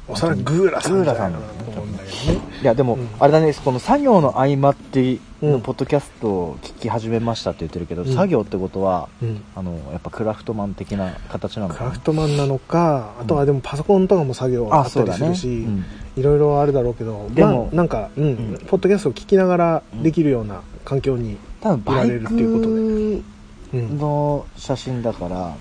おそらくグーラさんじゃないかなと思うんだけどね。
いやでも、
うん
あれだねこの作業の合間って、
うん
ポッドキャストを聞き始めましたって言ってるけど、
うん
作業ってことは、
うん
あのやっぱクラフトマン的な形なの
ク
か
ラ
な
フトマンなのか、あとはでもパソコンとかも作業あ
あ
った
そう
り
だ
する
ね、
し、
うん
いろいろあるだろうけど、
でも
まあなんか、うん、
うん
ポッドキャストを聞きながらできるような環境に、
多分バ
いられるってい
イ
うん、
クの写真だから、
あ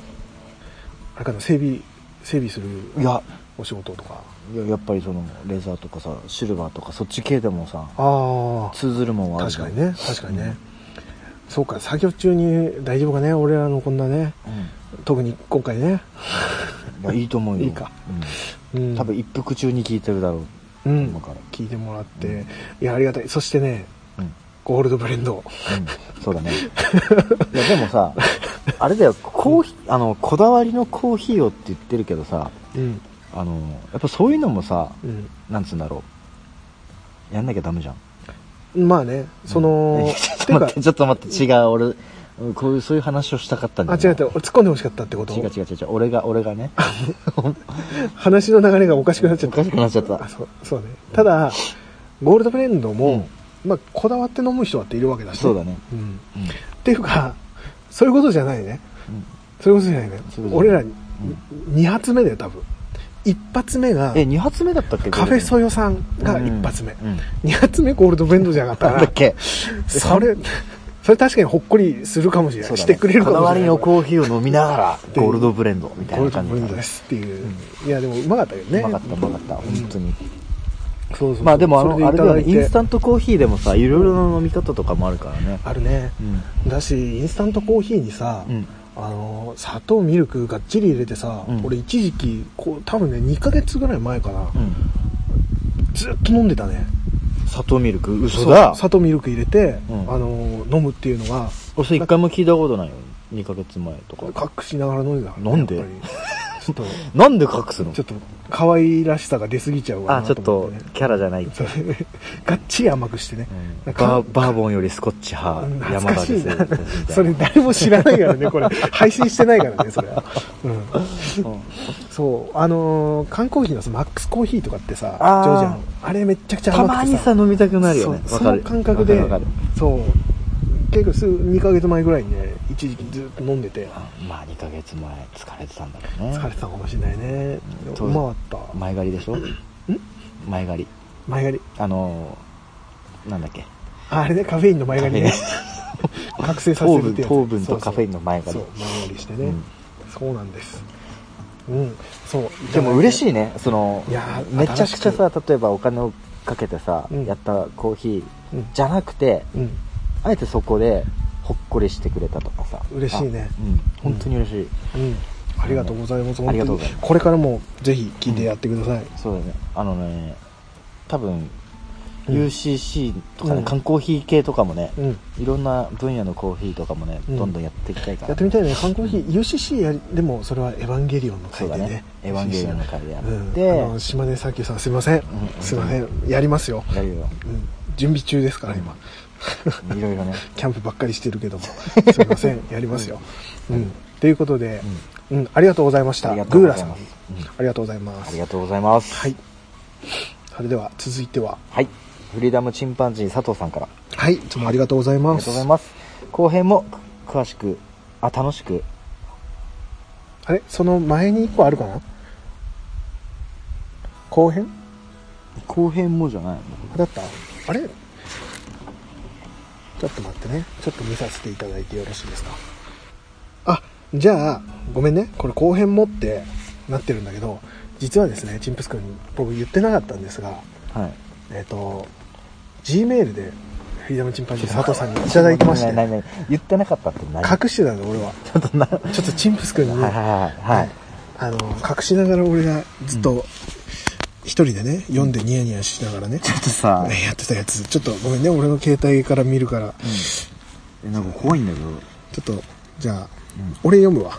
れかな、整備、整備する
いや
お仕事とか。
いややっぱりそのレザーとかさシルバーとかそっち系でもさ
ああ、
通ずるもんはある
確
じゃん
かにね、確かにね。そうか、作業中に大丈夫かね、俺らのこんなね、特に今回ね。
うんいやいいと思うよ
いいか、う
うんん、多分一服中に聞いてるだろう、
うん
今から、
聞いてもらって、いやありがたいそしてね
うん
ゴールドブレンド
うんそう だね。いや、でもさ、あれだよ、コーヒー、あの、こだわりのコーヒーをって言ってるけどさ、
うん
あの、やっぱそういうのもさ、
うん
なんつうんだろう。やんなきゃダメじゃん。
まあねその、
いや ちょっと待って、ちょっと待って、違う、俺、うんこういう、そういう話をしたかったん
あ
だ
違う違う俺突っ込んでほしかったってこと
違う違う違う違う、俺が、俺がね、
話の流れがおかしくな っちゃ
お
った
かしくなっちゃった
あ。そうそうねただゴールドブレンドも、まあ、こだわって飲む人だっているわけだし、
そうだね。
うん、
うん
っていうかそういうことじゃないね
うん
そういうことじゃないね
そういうこと
俺
じゃな
ら
い
2発目だよ多分1発目が
え、2発目だったっけ
カフェソ
イ
ヨさんが1発目、
うん。うん
2発目ゴールドブレンドじゃなかった
なん
ら
だっけ
それ、それ確かにほっこりするかもしれない。
そうだね
してくれるか
こだ
も
わ
しれ
り
ない。
のコーヒーを飲みながら、ゴールドブレンドみたい
ゴー
な
ルド
感
ブレ
じだね
ンドですっていう。いや、でもうまかったよね。
うまかったうまかった本当に、
そうそうそう
まあでもあ
それ
のあれだよね
いた
イ
だいて
ンスタントコーヒーでもさいろいろな飲み方とかもあるからね
あるね。
うん
だし、インスタントコーヒーにさ、
うん
あの、砂糖、ミルクがっちり入れてさ、
うん
俺一時期、こう、多分ね、2ヶ月ぐらい前かな、
うん
ずっと飲んでたね。
砂糖ミルク嘘だ
そう砂糖、ミルク入れて、
うん
あの、飲むっていうのが、
俺それ一回も聞いたことないよ2ヶ月前とか
隠しながら飲んでたからね、
なんで
やっぱりちょっと、
なんで隠すの
ちょっと、可愛らしさが出すぎちゃうわ
あ
な
ちょっ
思
と
てね
キャラじゃない、
そう がっちり甘くしてね
う。
な
ん
んか
バーバーボンよりスコッチ
うん懐
派山
か
田
し
で
い
す
な
みたいな
それ誰も知らないからね、こ れ。配信してないからね、それは。うん。
うん
そう。あのー缶コーヒーのさマックスコーヒーとかってさ、
あー
ジョージアン。あれめちゃくちゃ
た
甘くて
まにさ飲みたくなるよね
そ
わ
う
か
そ
る
の感覚で
わかるわかる、
そう。結構すぐ2ヶ月前ぐらいにね、一時期ずっと飲んでて、
あまあ2ヶ月前疲れてたんだろうね
疲れてたかもしれないね。う
そう
まかった。
前借りでしょ前借り
前借り。
あのーなんだっけ
ああれね、カフェインの前借りね。覚醒させるってやつ
糖分糖分とカフェインの前借り
そうそうそう前借りしてね、
うん
そうなんですうんそう
でも嬉
い
しいねその
いやー
めちゃくち
新
ゃさ例えばお金をかけてさ、
うん
やったコーヒ
う
ー
ん
じゃなくて、
たね、
あえてそこでほっこりしてくれたとかさ
嬉しいね
あうん本当に嬉しい、
うん、うん、ありがとうございます、
ありがとうございま
本
す
当にこれからもぜひ聞いてやってください、
そうだねあのね多分
うん
UCC とかね、
うん
缶コーヒー系とかもね、
うん
いろんな分野のコーヒーとかもね、
うん
どんどんやっていきたいから
やってみたいね缶コーヒー UCC やりでもそれはエヴァンゲリオンの会
そう
で
だ
ね
ねエヴァンゲリオンの会でやって、
うん、あの島根沙希さんすいません、
ん
すいませんやりますよ、
やるよ
うん、準備中ですから今、
いろいろね。
キャンプばっかりしてる けども、すいません、やりますよ。うん。ということで、うん、ありがとうございまし
あ
た。
りがとう
グー
ご
ラ
ざい
さん、
ま
あ
す
りがとうございま
あ
す
り。がとうございます。
はい。。それでは、続いては、
はい。フリーダムチンパンジー佐藤さんから。
はい、いつもありがとうござい
あり
ま
が
す。
とうございます。後編もく詳しく、あ、楽しく。
あれその前に1個あるかな後編
後編もじゃない
あだったあれちょっと待ってね。ちょっと見させていただいてよろしいですか。あ、じゃあ、ごめんね。これ後編もってなってるんだけど、実はですね、チンプス君に僕言ってなかったんですが、
はい。
えっ、と、Gmail でフリーダムチンパンジー佐藤さんにいただいてまして、
ないないない言ってなかったって何
隠してたんだ俺は。
ちょっとな。はい
ちょっとチンプス君に、
はいはいはい。
あの、隠しながら俺がずっと、一人でね、読んでニヤニヤしながらね、
ちょっとさ、
やってたやつ、ちょっとごめんね、俺の携帯から見るから、ち
えなんか怖いんだけど。
ょっと、じゃあ、俺読むわ。
ん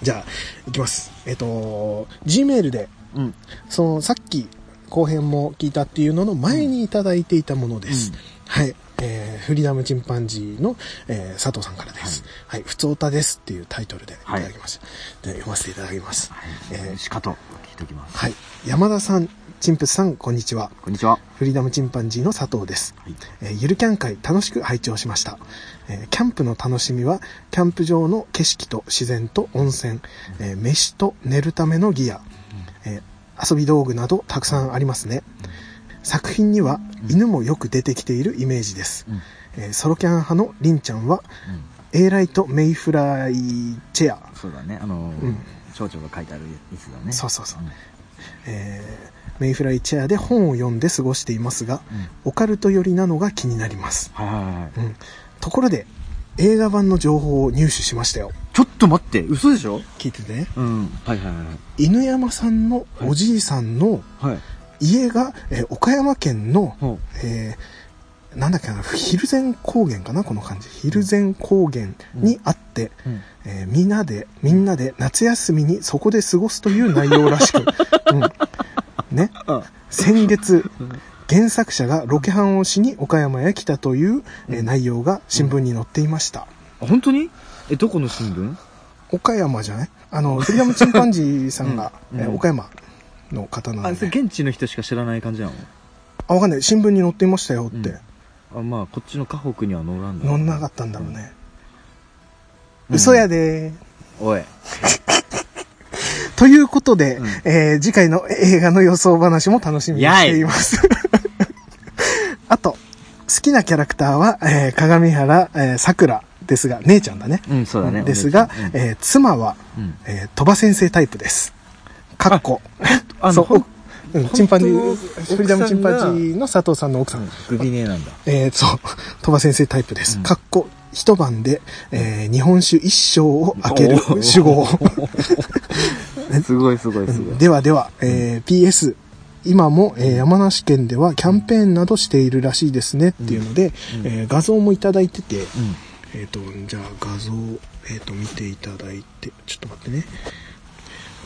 じゃあ、いきます。えっと、Gmail で、
うん。
その、さっき、後編も聞いたっていうのの前にいただいていたものです。
うん
はい。えーフリーダムチンパンジーの、えー佐藤さんからです。はい。ふつおたですっていうタイトルでいただきました。で読ませていただきます。えー
しかと聞いておきます。
はい。山田さん、チンプスさん、こんにちは。
こんにちは。
フリーダムチンパンジーの佐藤です。
はい。
えーゆるキャン会楽しく拝聴しました、えーキャンプの楽しみは、キャンプ場の景色と自然と温泉、えー飯と寝るためのギア、えー遊び道具などたくさんありますね。作品には犬もよく出てきているイメージです。
うん。
えーソロキャン派のりんちゃんは、A ライトメイフライチェア、
そうだね。あのー
うん、
蝶々が書いてあるやつだね。
そうそうそうんえーメイフライチェアで本を読んで過ごしていますが、オカルト寄りなのが気になります、
はいはいはいはい。
うん、ところで映画版の情報を入手しましたよ
ちょっと待って、嘘でしょ
聞いててね
うん。はいはいはい。
犬山さんのおじいさんの
はい。
家が、えー岡山県の、
ほう。
えーなんだっけな蒜山高原かなこの感じ蒜山高原にあって、
うん。
えーみんなで、みんなで夏休みにそこで過ごすという内容らし く、うん、ね、先月、原作者がロケハンをしに岡山へ来たという、えー内容が新聞に載っていました。
あ本当にえ、どこの新聞
岡山じゃないあの、フリーダムチンパンジーさんが、
うん
えー
うん
岡山の方な
あ、
の
それ
で、
現地の人しか知らない感じなの
あ、わかんない。新聞に載っていましたよって、
あ、まあ、こっちの河北には載らんだ
載んなかったんだろうね。
うん
嘘やでー。
おい。
ということで、
うん
えー次回の映画の予想話も楽しみにしています。 あと、好きなキャラクターは、えー鏡原、えー桜ですが、姉ちゃんだね。
うん、そうだね。
ですが、
うん
えー妻は、
うん
えー鳥羽先生タイプです。かっこ。
あの
そう
ほん
おうん、チンパンジ
本
ー、フリー
当の奥さんが
ダムチンパンジーの佐藤さんの奥さん。
グビネなんだ。
えー、そう、鳥羽先生タイプです。
うん
かっこ、一晩で、えー日本酒一升を開ける酒 豪。
すごいすごいすごい。
ではでは、えー PS 今も、えー山梨県ではキャンペーンなどしているらしいですねっていうので、
うん
えー画像もいただいてて、
うん。
えっ、と、じゃあ画像、えっ、と、見ていただいて、ちょっと待ってね。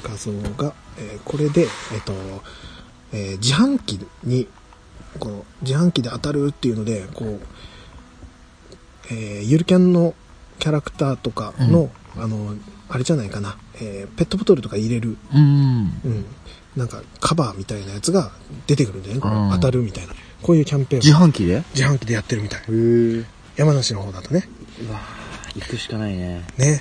画像が、えーこれで、えっ、と、えー自販機に、この、自販機で当たるっていうので、こう、えーゆるキャンのキャラクターとかの、あの、あれじゃないかな、えーペットボトルとか入れる
うん。
うん、なんかカバーみたいなやつが出てくるんだよね、これ
うん
当たるみたいなこういうキャンペーン
自
を
販機でへ
自販機でやってるみたい
え。う
山梨の方だとね
わぁ行くしかないね。
ね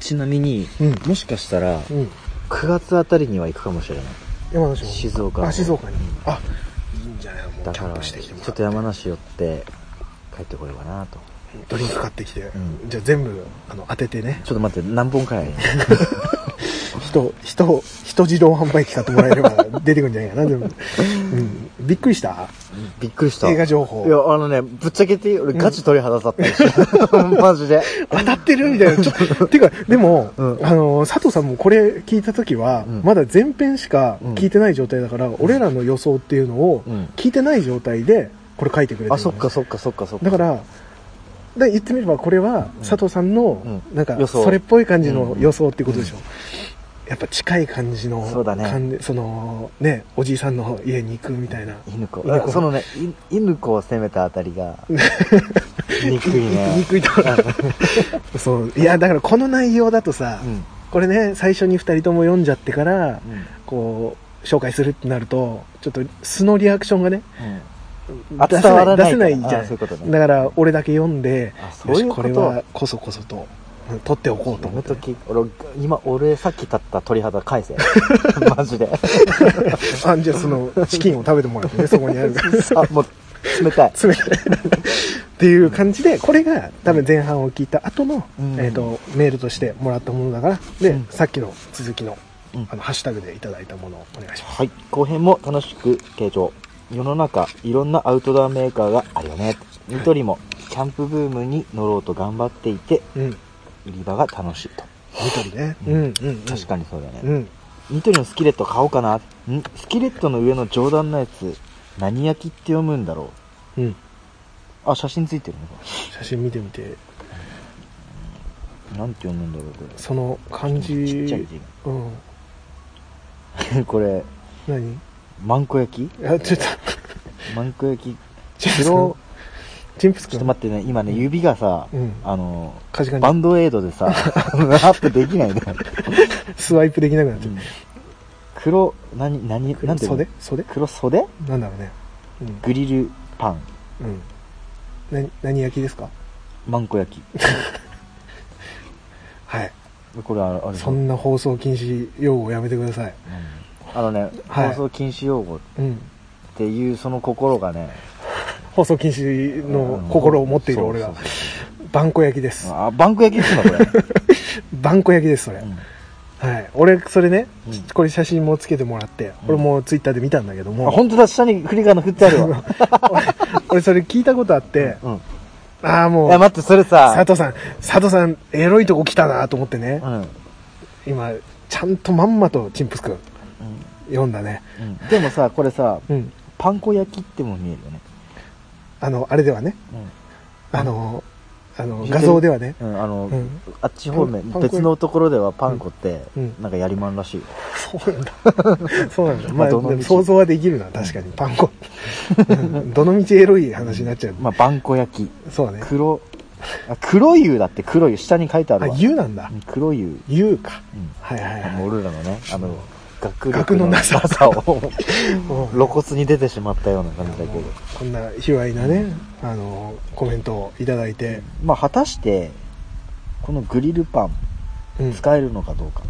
ちなみに
うん、
もしかしたら、
うん
9月あたりには行くかもしれない。
山梨の方
静岡の
あ静岡にあいいんじゃないもう
だ
キ
か
ャン
ら、
プし
ち
てきても
ょ
ら
っと山梨寄って、帰ってこようかなと。
ドリンク買ってきて、
うん
じゃあ全部あの当ててね
ちょっと待って、何本かや
人人人自動販売機買ってもらえれ ば出てくるんじゃないかな全部、うん、びっくりした
びっくりした。
映画情報
いや、あのね、ぶっちゃけて、俺ガチ鳥肌立った。 マジで。
当たってるみたいな。ちょっ と、てか、でも、
うん
あの、佐藤さんもこれ聞いた時は、
うん
まだ前編しか聞いてない状態だから、俺らの予想っていうのを
うん
聞いてない状態で、これ書いてくれてるの
あ、そっかそっかそっかそっか。
だから、で言ってみればこれは佐藤さんの
う、ん
なんか、
予想
それっぽい感じの予想っていうことでしょ。やっぱ近い感じの
そうだね
感じそのねおじいさんの家に行くみたいな
犬子
犬子
そのねい犬子を攻めたあたり が憎いね
憎いとそういやだからこの内容だとさ、
うん
これね最初に2人とも読んじゃってから、
うん
こう紹介するってなるとちょっと素のリアクションがね
うんあ
出せない
伝わらないから
出せないじゃな
あ
い
そういうことね
だから俺だけ読んで
あそういう
よし
こ
ことれはこそこそとうん取っておこうと
や
思
め
って
と
ね、
き俺今俺さっき立った鳥肌返 せマジで
あじゃあそのチキンを食べてもらってねそこにあるから
あもう冷たい
冷たいっていう感じでこれが多分前半を聞いた後の、
うん
えー、とメールとしてもらったものだからで、
うん
さっきの続きの
うん
あのハッシュタグでいただいたものをお願いします
はい後編も楽しく継承世の中いろんなアウトドアメーカーがあるよねニトリもキャンプブームに乗ろうと頑張っていて
うん
売り場が楽しいと
ニトリね
うん
うん
確かにそうだね、
うん
ニトリのスキレット買おうかなんスキレットの上の上段のやつ何焼きって読むんだろ
うん
うあ写真ついてるねこ
写真見てみて
れなんて読むんだろうこ
その漢
れ
字
ちっちゃい
うん
字これ
何
まんこ焼き
あちょっと
まんこ焼き
ちょっと
白
チンプス
ちょ
君
っと待ってね今ね指がさ、
うん
あの
かじかんで
バンドエイドで さアップできないね
スワイプできなくなっちゃう、
黒何何
黒
なんていうの
袖袖
黒袖
なんだろうね
グリルパン
うんうん何何焼きですか
まんこ焼き
はい
これあれあれ
そんな放送禁止用語やめてください
あのね、
はい
放送禁止用語っ
うん
ていうその心がね
放送禁止の心を持っている俺
う
が
んそうそう
バンコ焼きで
そう
す
あバンク焼きっすなこ れ、
バンコ焼きですそれ、
うん
はい俺それね、
うん
これ写真もつけてもらって、俺もツイッターで見たんだけど
あ
も
本当だ下にフリカーの振ってあるわ、
俺 俺それ聞いたことあって、
うん、
ああも
いや
う
待ってそれさ
佐藤さん佐藤さんエロいとこ来たなと思ってね
う、ん、うん
今ちゃんとまんまとチンプスくん読んだね
うん、でもさこれさ、
うん
パン粉焼きっても見えるよね、
あのあれではね
うん
あのあの画像ではね
うん、あの、
うん
あっち方面
パン粉
別のところではパン粉って、
うん
なんかやりまんらしいよ
そう なんだそうなんだま
まあ
あ
どの道
でも想像はできるな確かにパ ン粉うんどの道エロい話になっちゃう
まあパン粉焼き
そうね
黒あ黒湯だって黒湯下に書いてあ
あ
るわ
湯なんだ
うん黒湯、
湯か
うん
はいはい
あの
は
俺らのねあの学
学のなさ
を
いもう
露骨に出てしまったような感じだけど
こんな卑猥なねあのコメントをいただいて、
まあ果たしてこのグリルパン
うん、
使えるのかどうか、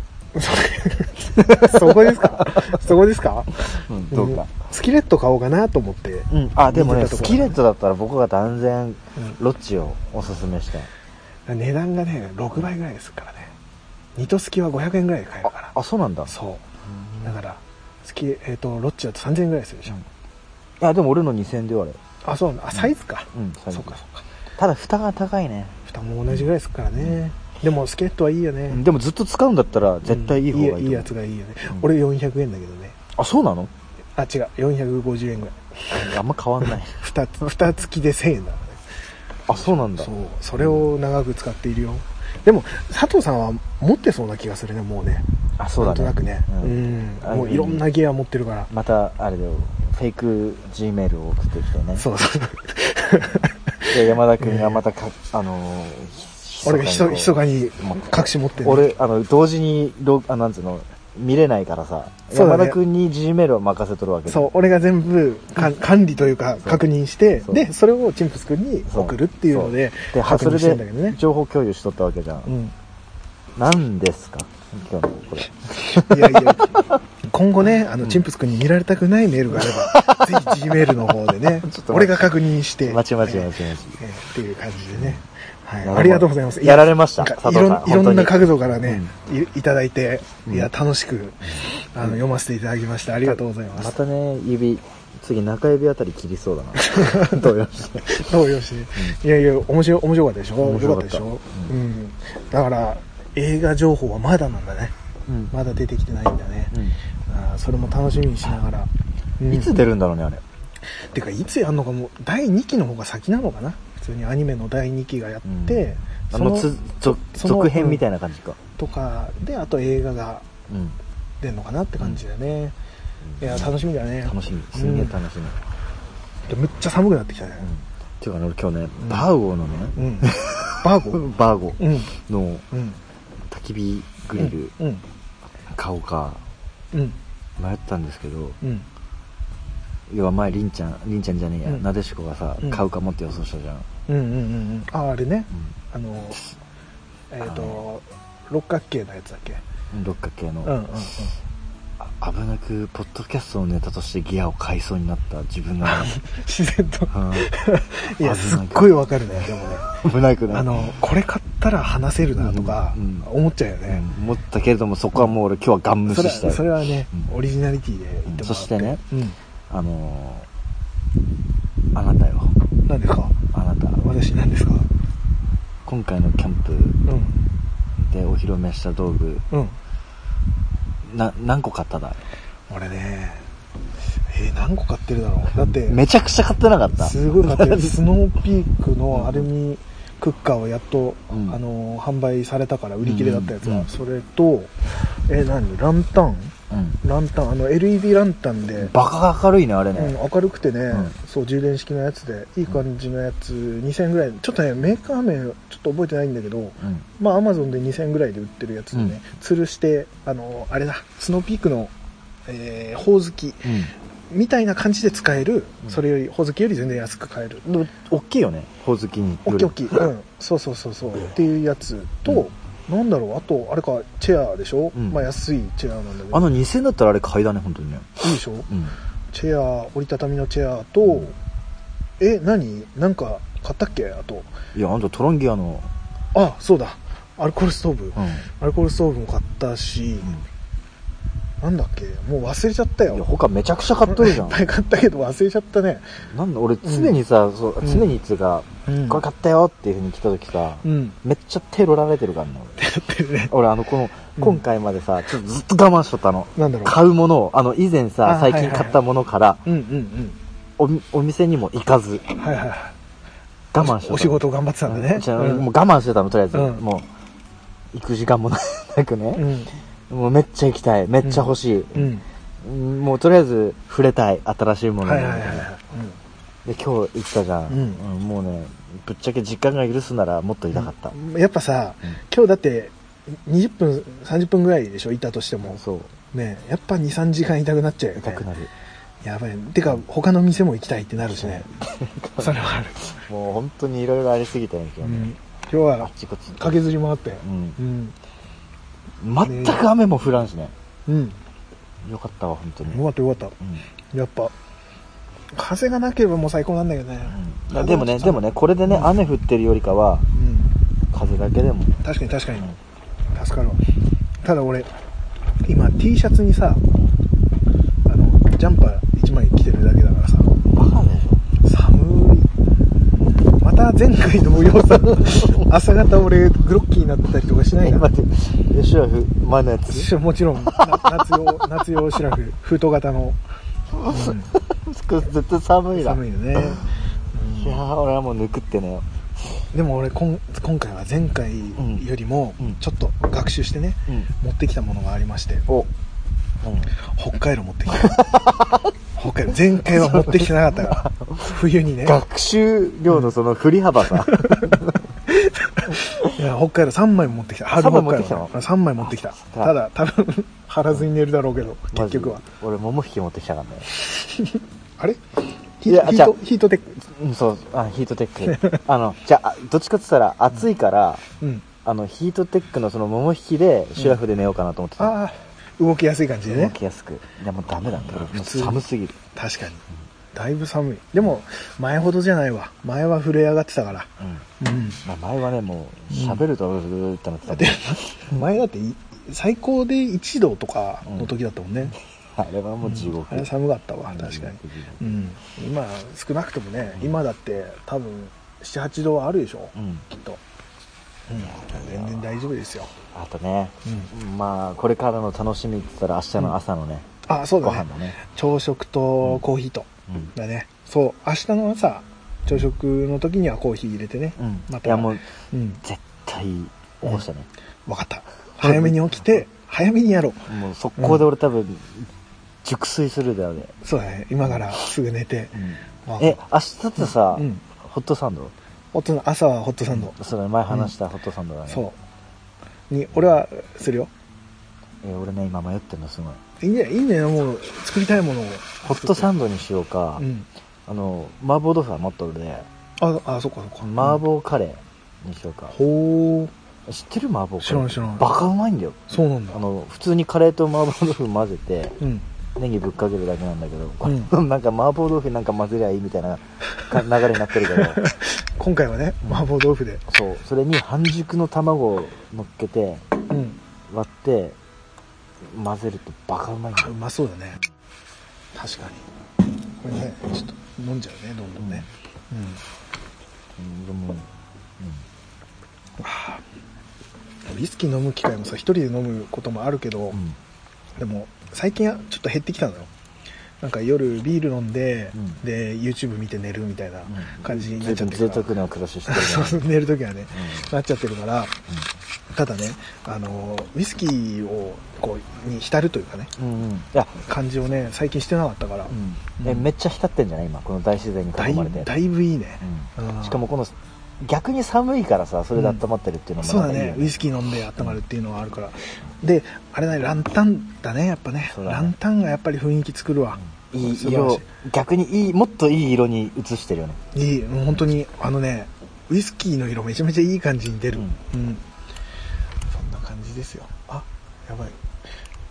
そそこです かそこですか
うん、どうか、
んスキレット買おうかなと思って
うんあでも
見
ね
てたと
ス
こ
キレットだったら僕が断然ロッチをおすすめしたい
値段がね6倍ぐらいですからねニトスキは500円ぐらいで買えるから
あそうなんだ
そうだから月、えー、とロッチだと3000円ぐらいするでしょ、
うんいやでも俺の2000円でよあれ
あそうなんだあサイズか、
うんサイズ
そうかそうか
ただ蓋が高いね、
蓋も同じぐらいですからね、でもスケートはいいよね、
でもずっと使うんだったら絶対いい方がいい,、
うんいいやつがいいよね、
うん
俺400円だけどね
あそうなの
あ違う450円ぐらい
あんま変わんない
蓋つ蓋付きで1000円だからね
あそうなんだ
そうそれを長く使っているよでも佐藤さんは持ってそうな気がするねもうね
あそうだね
なんとなくね
う
うんん、
あ
もういろんなギア持ってるから、
またあれだよフェイク G メールを送ってきてね
そうそう
で山田君がまたか、あのー ひ
俺がひそひそ
に
かに隠し持って
こ
る
う俺あの同時にロあなんつうの見れないからさ、
そうだ
山
ね
田君に G メールを任せとるわけだ
そう、俺が全部か管理というか
そう
確認して
そ、う
で、それをチンプス君に
そう
送るっていうので
そ、では
確
そ
認
れ
してんだけど
で
ね。
情報共有しとったわけじゃん、
うん。
なんですか今日のこれ
いやいや、今後ね、あの、チンプス君に見られたくないメールがあれば、ぜひ G メールの方でね
ちょっと待って、
俺が確認して。
待ち待ち
えー
待ち待ち
えーっていう感じでね。はい。
なるほど
ありがとうございます。
やられました
なんか
佐
い
藤
ろ
さん
んいろんな
本当に
角度からね、いいただいて、
うん
いや、楽しく、あの、読ませていただきました。ありがとうございま。
ますたね指次中指あたり切りそうだ な動揺して
そうよし、いやいや面白い面白かったでしょ
面
面
白
白
か
か
っ
ったたでしょ、うんだから映画情報はまだなんだね
うん
まだ出てきてないんだね、あーそれも楽しみにしながら、うん
いつ出るんだろうねあれ
てかいつやんのかもう第2期の方が先なのかな普通にアニメの第2期がやって、
あ
その
のつ続
その
続編みたいな感じか
とかであと映画が
うん
出んのかなって感じだよね、
うん
いや楽しみだね
楽しみすんげえ楽しみ、
でむっちゃ寒くなってきたね
うんっていうかね俺今日ね
うん
バーゴの
う
ね、
ん、バーゴ
バーゴ
うん
の
うん
焚き火グリル
うん
買おうか
うん
迷ったんですけど
うん
要は前りんちゃんりんちゃんじゃねえや、
うん
なでしこがさ
うん
買うかもって予想したじゃん、
うんうんうんうんああれね
う
あのえっ、
あ
と六角形のやつだっけ
ん、六角形の、
うんうんうん
あ危なくポッドキャストのネタとしてギアを買いそうになった自分が、
自然と
う
いや
危ない
すっごいわかるねでもね
ん、危ないくない
あのこれ買ったら話せるなとか
うんうん
思っちゃうよ
う
ね、
ん思ったけれどもそこはもう俺今日はガン無
そ
視
れ
したよ
それはね、
うん
オリジナリティで言ってもらって、
そしてね
う
あのーあなたよ
ん何ですか
あなた
私何ですか
今回のキャンプ
うん
でお披露目した道具
うん
な何個買っただ
俺ねえー何個買ってるだろうだって
めちゃくちゃ買ってなかった
すごい買って るスノーピークのアルミクッカーをやっと、
うん
あのー販売されたから売り切れだったやつは、
うん
それとえー何ランタン
うん
ランタンあの LED ランタンで、
バカ明るいねあれね、
うん、明るくてね、
うん
そう充電式のやつでいい感じのやつ2000円ぐらいちょっとねメーカー名ちょっと覚えてないんだけど
うん
まあアマゾンで2000円ぐらいで売ってるやつでね、吊るしてあのあれだスノーピークの、えー、ほおずきみたいな感じで使える、
うん
それよりほおずきより全然安く買える
うん、でも大きいよねほおずきに
おっきいおっきい、うん、そうそうそうそうっていうやつと、なんだろうあとあれかチェアでしょ、
うん
まあ安いチェアなんだけど
あの2000だったらあれ買いだね本当にね
いいでしょ
うん
チェア折りたたみのチェアと、え何なんか買ったっけあと
いやあんたトランギアの
あそうだアルコールストーブ、
うん
アルコールストーブも買ったし、なんだっけもう忘れちゃったよ
いや他めちゃくちゃ買っとるじゃ
い
ん
っぱい買ったけど忘れちゃったね
なんだ俺常にさ、そう
うん
常にっつうか、
うん
これ買ったよっていうふうに来た時さ、
うん
めっちゃ手ロられてるからね俺
ね
俺あのこの
うん
今回までさ、ちょっとずっと我慢しとったの
なんだろう
買うものをあの以前さ
あ
最
はいはい
近
はい
買ったものから
うんうん
おお店にも行かず
うんはいはいはい
我慢してたの
お仕事頑張ってたんだね
じゃあ
うん
もう我慢してたのとりあえず、
うん
もう行く時間もななく
う
ね、
ん
もうめっちゃ行きたいめっちゃ欲しい、
うん
うんもうとりあえず触れたい新しいもの
は
に
いはいはいはい
で今日行ったじゃん、
うん
うんもうねぶっちゃけ時間が許すならもっといたかった、
うんやっぱさ
うん
今日だって20分30分ぐらいでしょいたとしても
そう
ねやっぱ23時間いたくなっちゃうよ
痛
ね
くなる
やばいてか他の店も行きたいってなるしねそれはある、
もう本当にいろいろありすぎたんやけ
う
どね、
ん、今日は
あっちこっち
駆けずり回って
うん
うん
全く雨も降らんしね
うん
よかったわ本当に、
よかったよかっ
うん
たやっぱ風がなければもう最高なんだけどね、
うんでもねでもねこれでね
うん
雨降ってるよりかは
うん
風だけでも、
確かに確かに
うん
助かるわただ俺今 T シャツにさあのジャンパー1枚着てるだけだからさ
バカでし
寒いまた前回同様さ 朝方俺グロッキーになってたりとかしな
ょ
い
え
な
待ってシュラフ前のやつ
しもちろんな夏用夏用シュラフ封筒型の、
絶対寒いな
寒いよね、
いやー俺はもう抜くってね
でも俺こん今回は前回よりも
うん
ちょっと学習してね、
うん
持ってきたものがありまして
お、うん、
北海道持ってきた北海道前回は持ってきてなかったから冬にね
学習量のその振り幅 さ
いや北海道3枚持ってきた春
三枚
北
持っ
海
てきたの
道3枚持ってきた
あ
ただ多分張らずに寝るだろうけど結局は
マジ俺桃引き持ってきたからね
あれヒ
いや
ー
じゃあ
トヒートテック
うん、そう、あヒートテック。 あの、じゃあ、どっちかって言ったら、暑いから、
うん
あの、ヒートテックのその、桃引きで、シュラフで寝ようかなと思ってた。
ああ動きやすい感じで
動
ね
きやすく。いや、もうダメだね。
普通
寒すぎる。
確かにだいぶ寒いでも前ほどじゃないわ前は震え上がってたから
うん。
うん
まあ、前はね、もう、喋ると、うるってなって
だ
た
っ
け
て
ど。
前だってい最高で1度とかの時だったもんね、
あれはもう地獄。
あれ寒かったわ確かに、うん、今少なくともね今だって多分78度はあるでしょ、
うん。
きっと、うん、全然大丈夫ですよ、
あとね、
う
まあ、これからの楽しみって言ったら、明日の朝のね、
あそう
ご
だ
飯
ね
だね。
朝食とコーヒーと、
うん。
だねそう明日の朝朝食の時にはコーヒー入れてね、
うん。
また
いや、もう、
うん
絶対、起こしたね。
分かった早めに起きて早めにやろう
もう速攻で俺多分、熟睡するだよね。
そうだね今からすぐ寝て、まあ
え、明日ってさ、
うん
ホットサンド
ホット朝はホットサンド、
それ前話したホットサンドだね。
そうに俺はするよ
えー俺ね、今迷ってんのすごい。
いいんだよいいんだよもう作りたいものを
ホットサンドにしようか、
うん
あの、麻婆豆腐は持っとるで、
ああそっかそっか
麻婆カレーにしようか。
ほう
知ってる麻婆カレー
知らん知らん
バカうまいんだよ。
そうなんだ
あの、普通にカレーと麻婆豆腐混ぜて、
うん
ネギぶっかけるだけなんだけど、これ
う
なんか麻婆豆腐なんか混ぜりゃいいみたいなか流れになってるけど、
今回はね麻婆豆腐で
そう、それに半熟の卵を乗っけて、
うん
割って、混ぜるとバカうまいんだ
あう
よ。
まそうだね確かにこれねちょっと飲んじゃうねどんどんね
うん、でも、うん、
うんウイスキー飲む機会もさ一人で飲むこともあるけど、
うん、
でも最近はちょっと減ってきたのよなんか夜ビール飲んで、
うん
で YouTube 見て寝るみたいな感じになっちゃ
随
って
分
るか
贅
ら、
沢な暮らししてるね。
そうそう 寝るときはね、
う
なっちゃってるからただねあのウイスキーをこうに浸るというかね
うん、うん、うん。いや、
感じをね最近してなかったから、
うん、えめっちゃ浸ってんじゃない今この大自然に
だ
囲
い
まれて、
だいぶいいね、
うん
うん
しかもこの逆に寒いからさそれで温まってるっていうのも
そうだ
なんかいい
ね
よ
ウイスキー飲んで温まるっていうのはあるからであれだねランタンだねやっぱね
そうだね
ランタンがやっぱり雰囲気作るわ、
いい
素晴ら
色
し
を逆にいいもっといい色に映してるよね
いいもう本当にあのねウイスキーの色めちゃめちゃいい感じに出るうん、そんな感じですよあやばい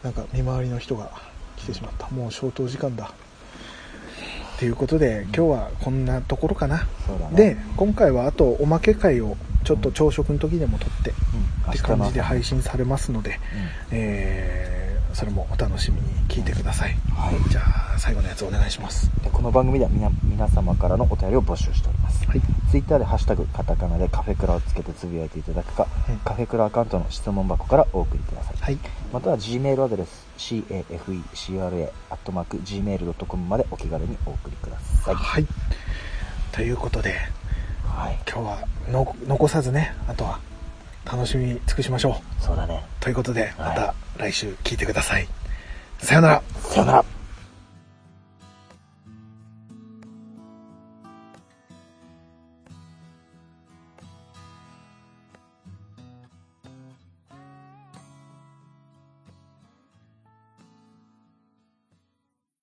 なんか見回りの人が来てしまったもう消灯時間だということで今日はこんなところかな、
そうだね
で今回はあとおまけ会をちょっと朝食の時でも撮って、
うん
って
明日
感
の
じで配信されますので、えーそれもお楽しみに聞いてください、
はい
じゃあ最後のやつお願いします
でこの番組では皆皆様からのお便りを募集しております
はい
ツイッターで「ハッシュタグカタカナ」でカフェクラをつけてつぶやいていただくか、
うん
カフェクラアカウントの質問箱からお送りくださ
は
い、
い
または Gmail アドレス cafecra.gmail.com までお気軽にお送りください、
はい。ということで、
はい、
今日はの残さずね、あとは楽しみに尽くしましょ
そうだね
う。ということで、
は
ま
い
た来週聞いてください。さよなら。
さよなら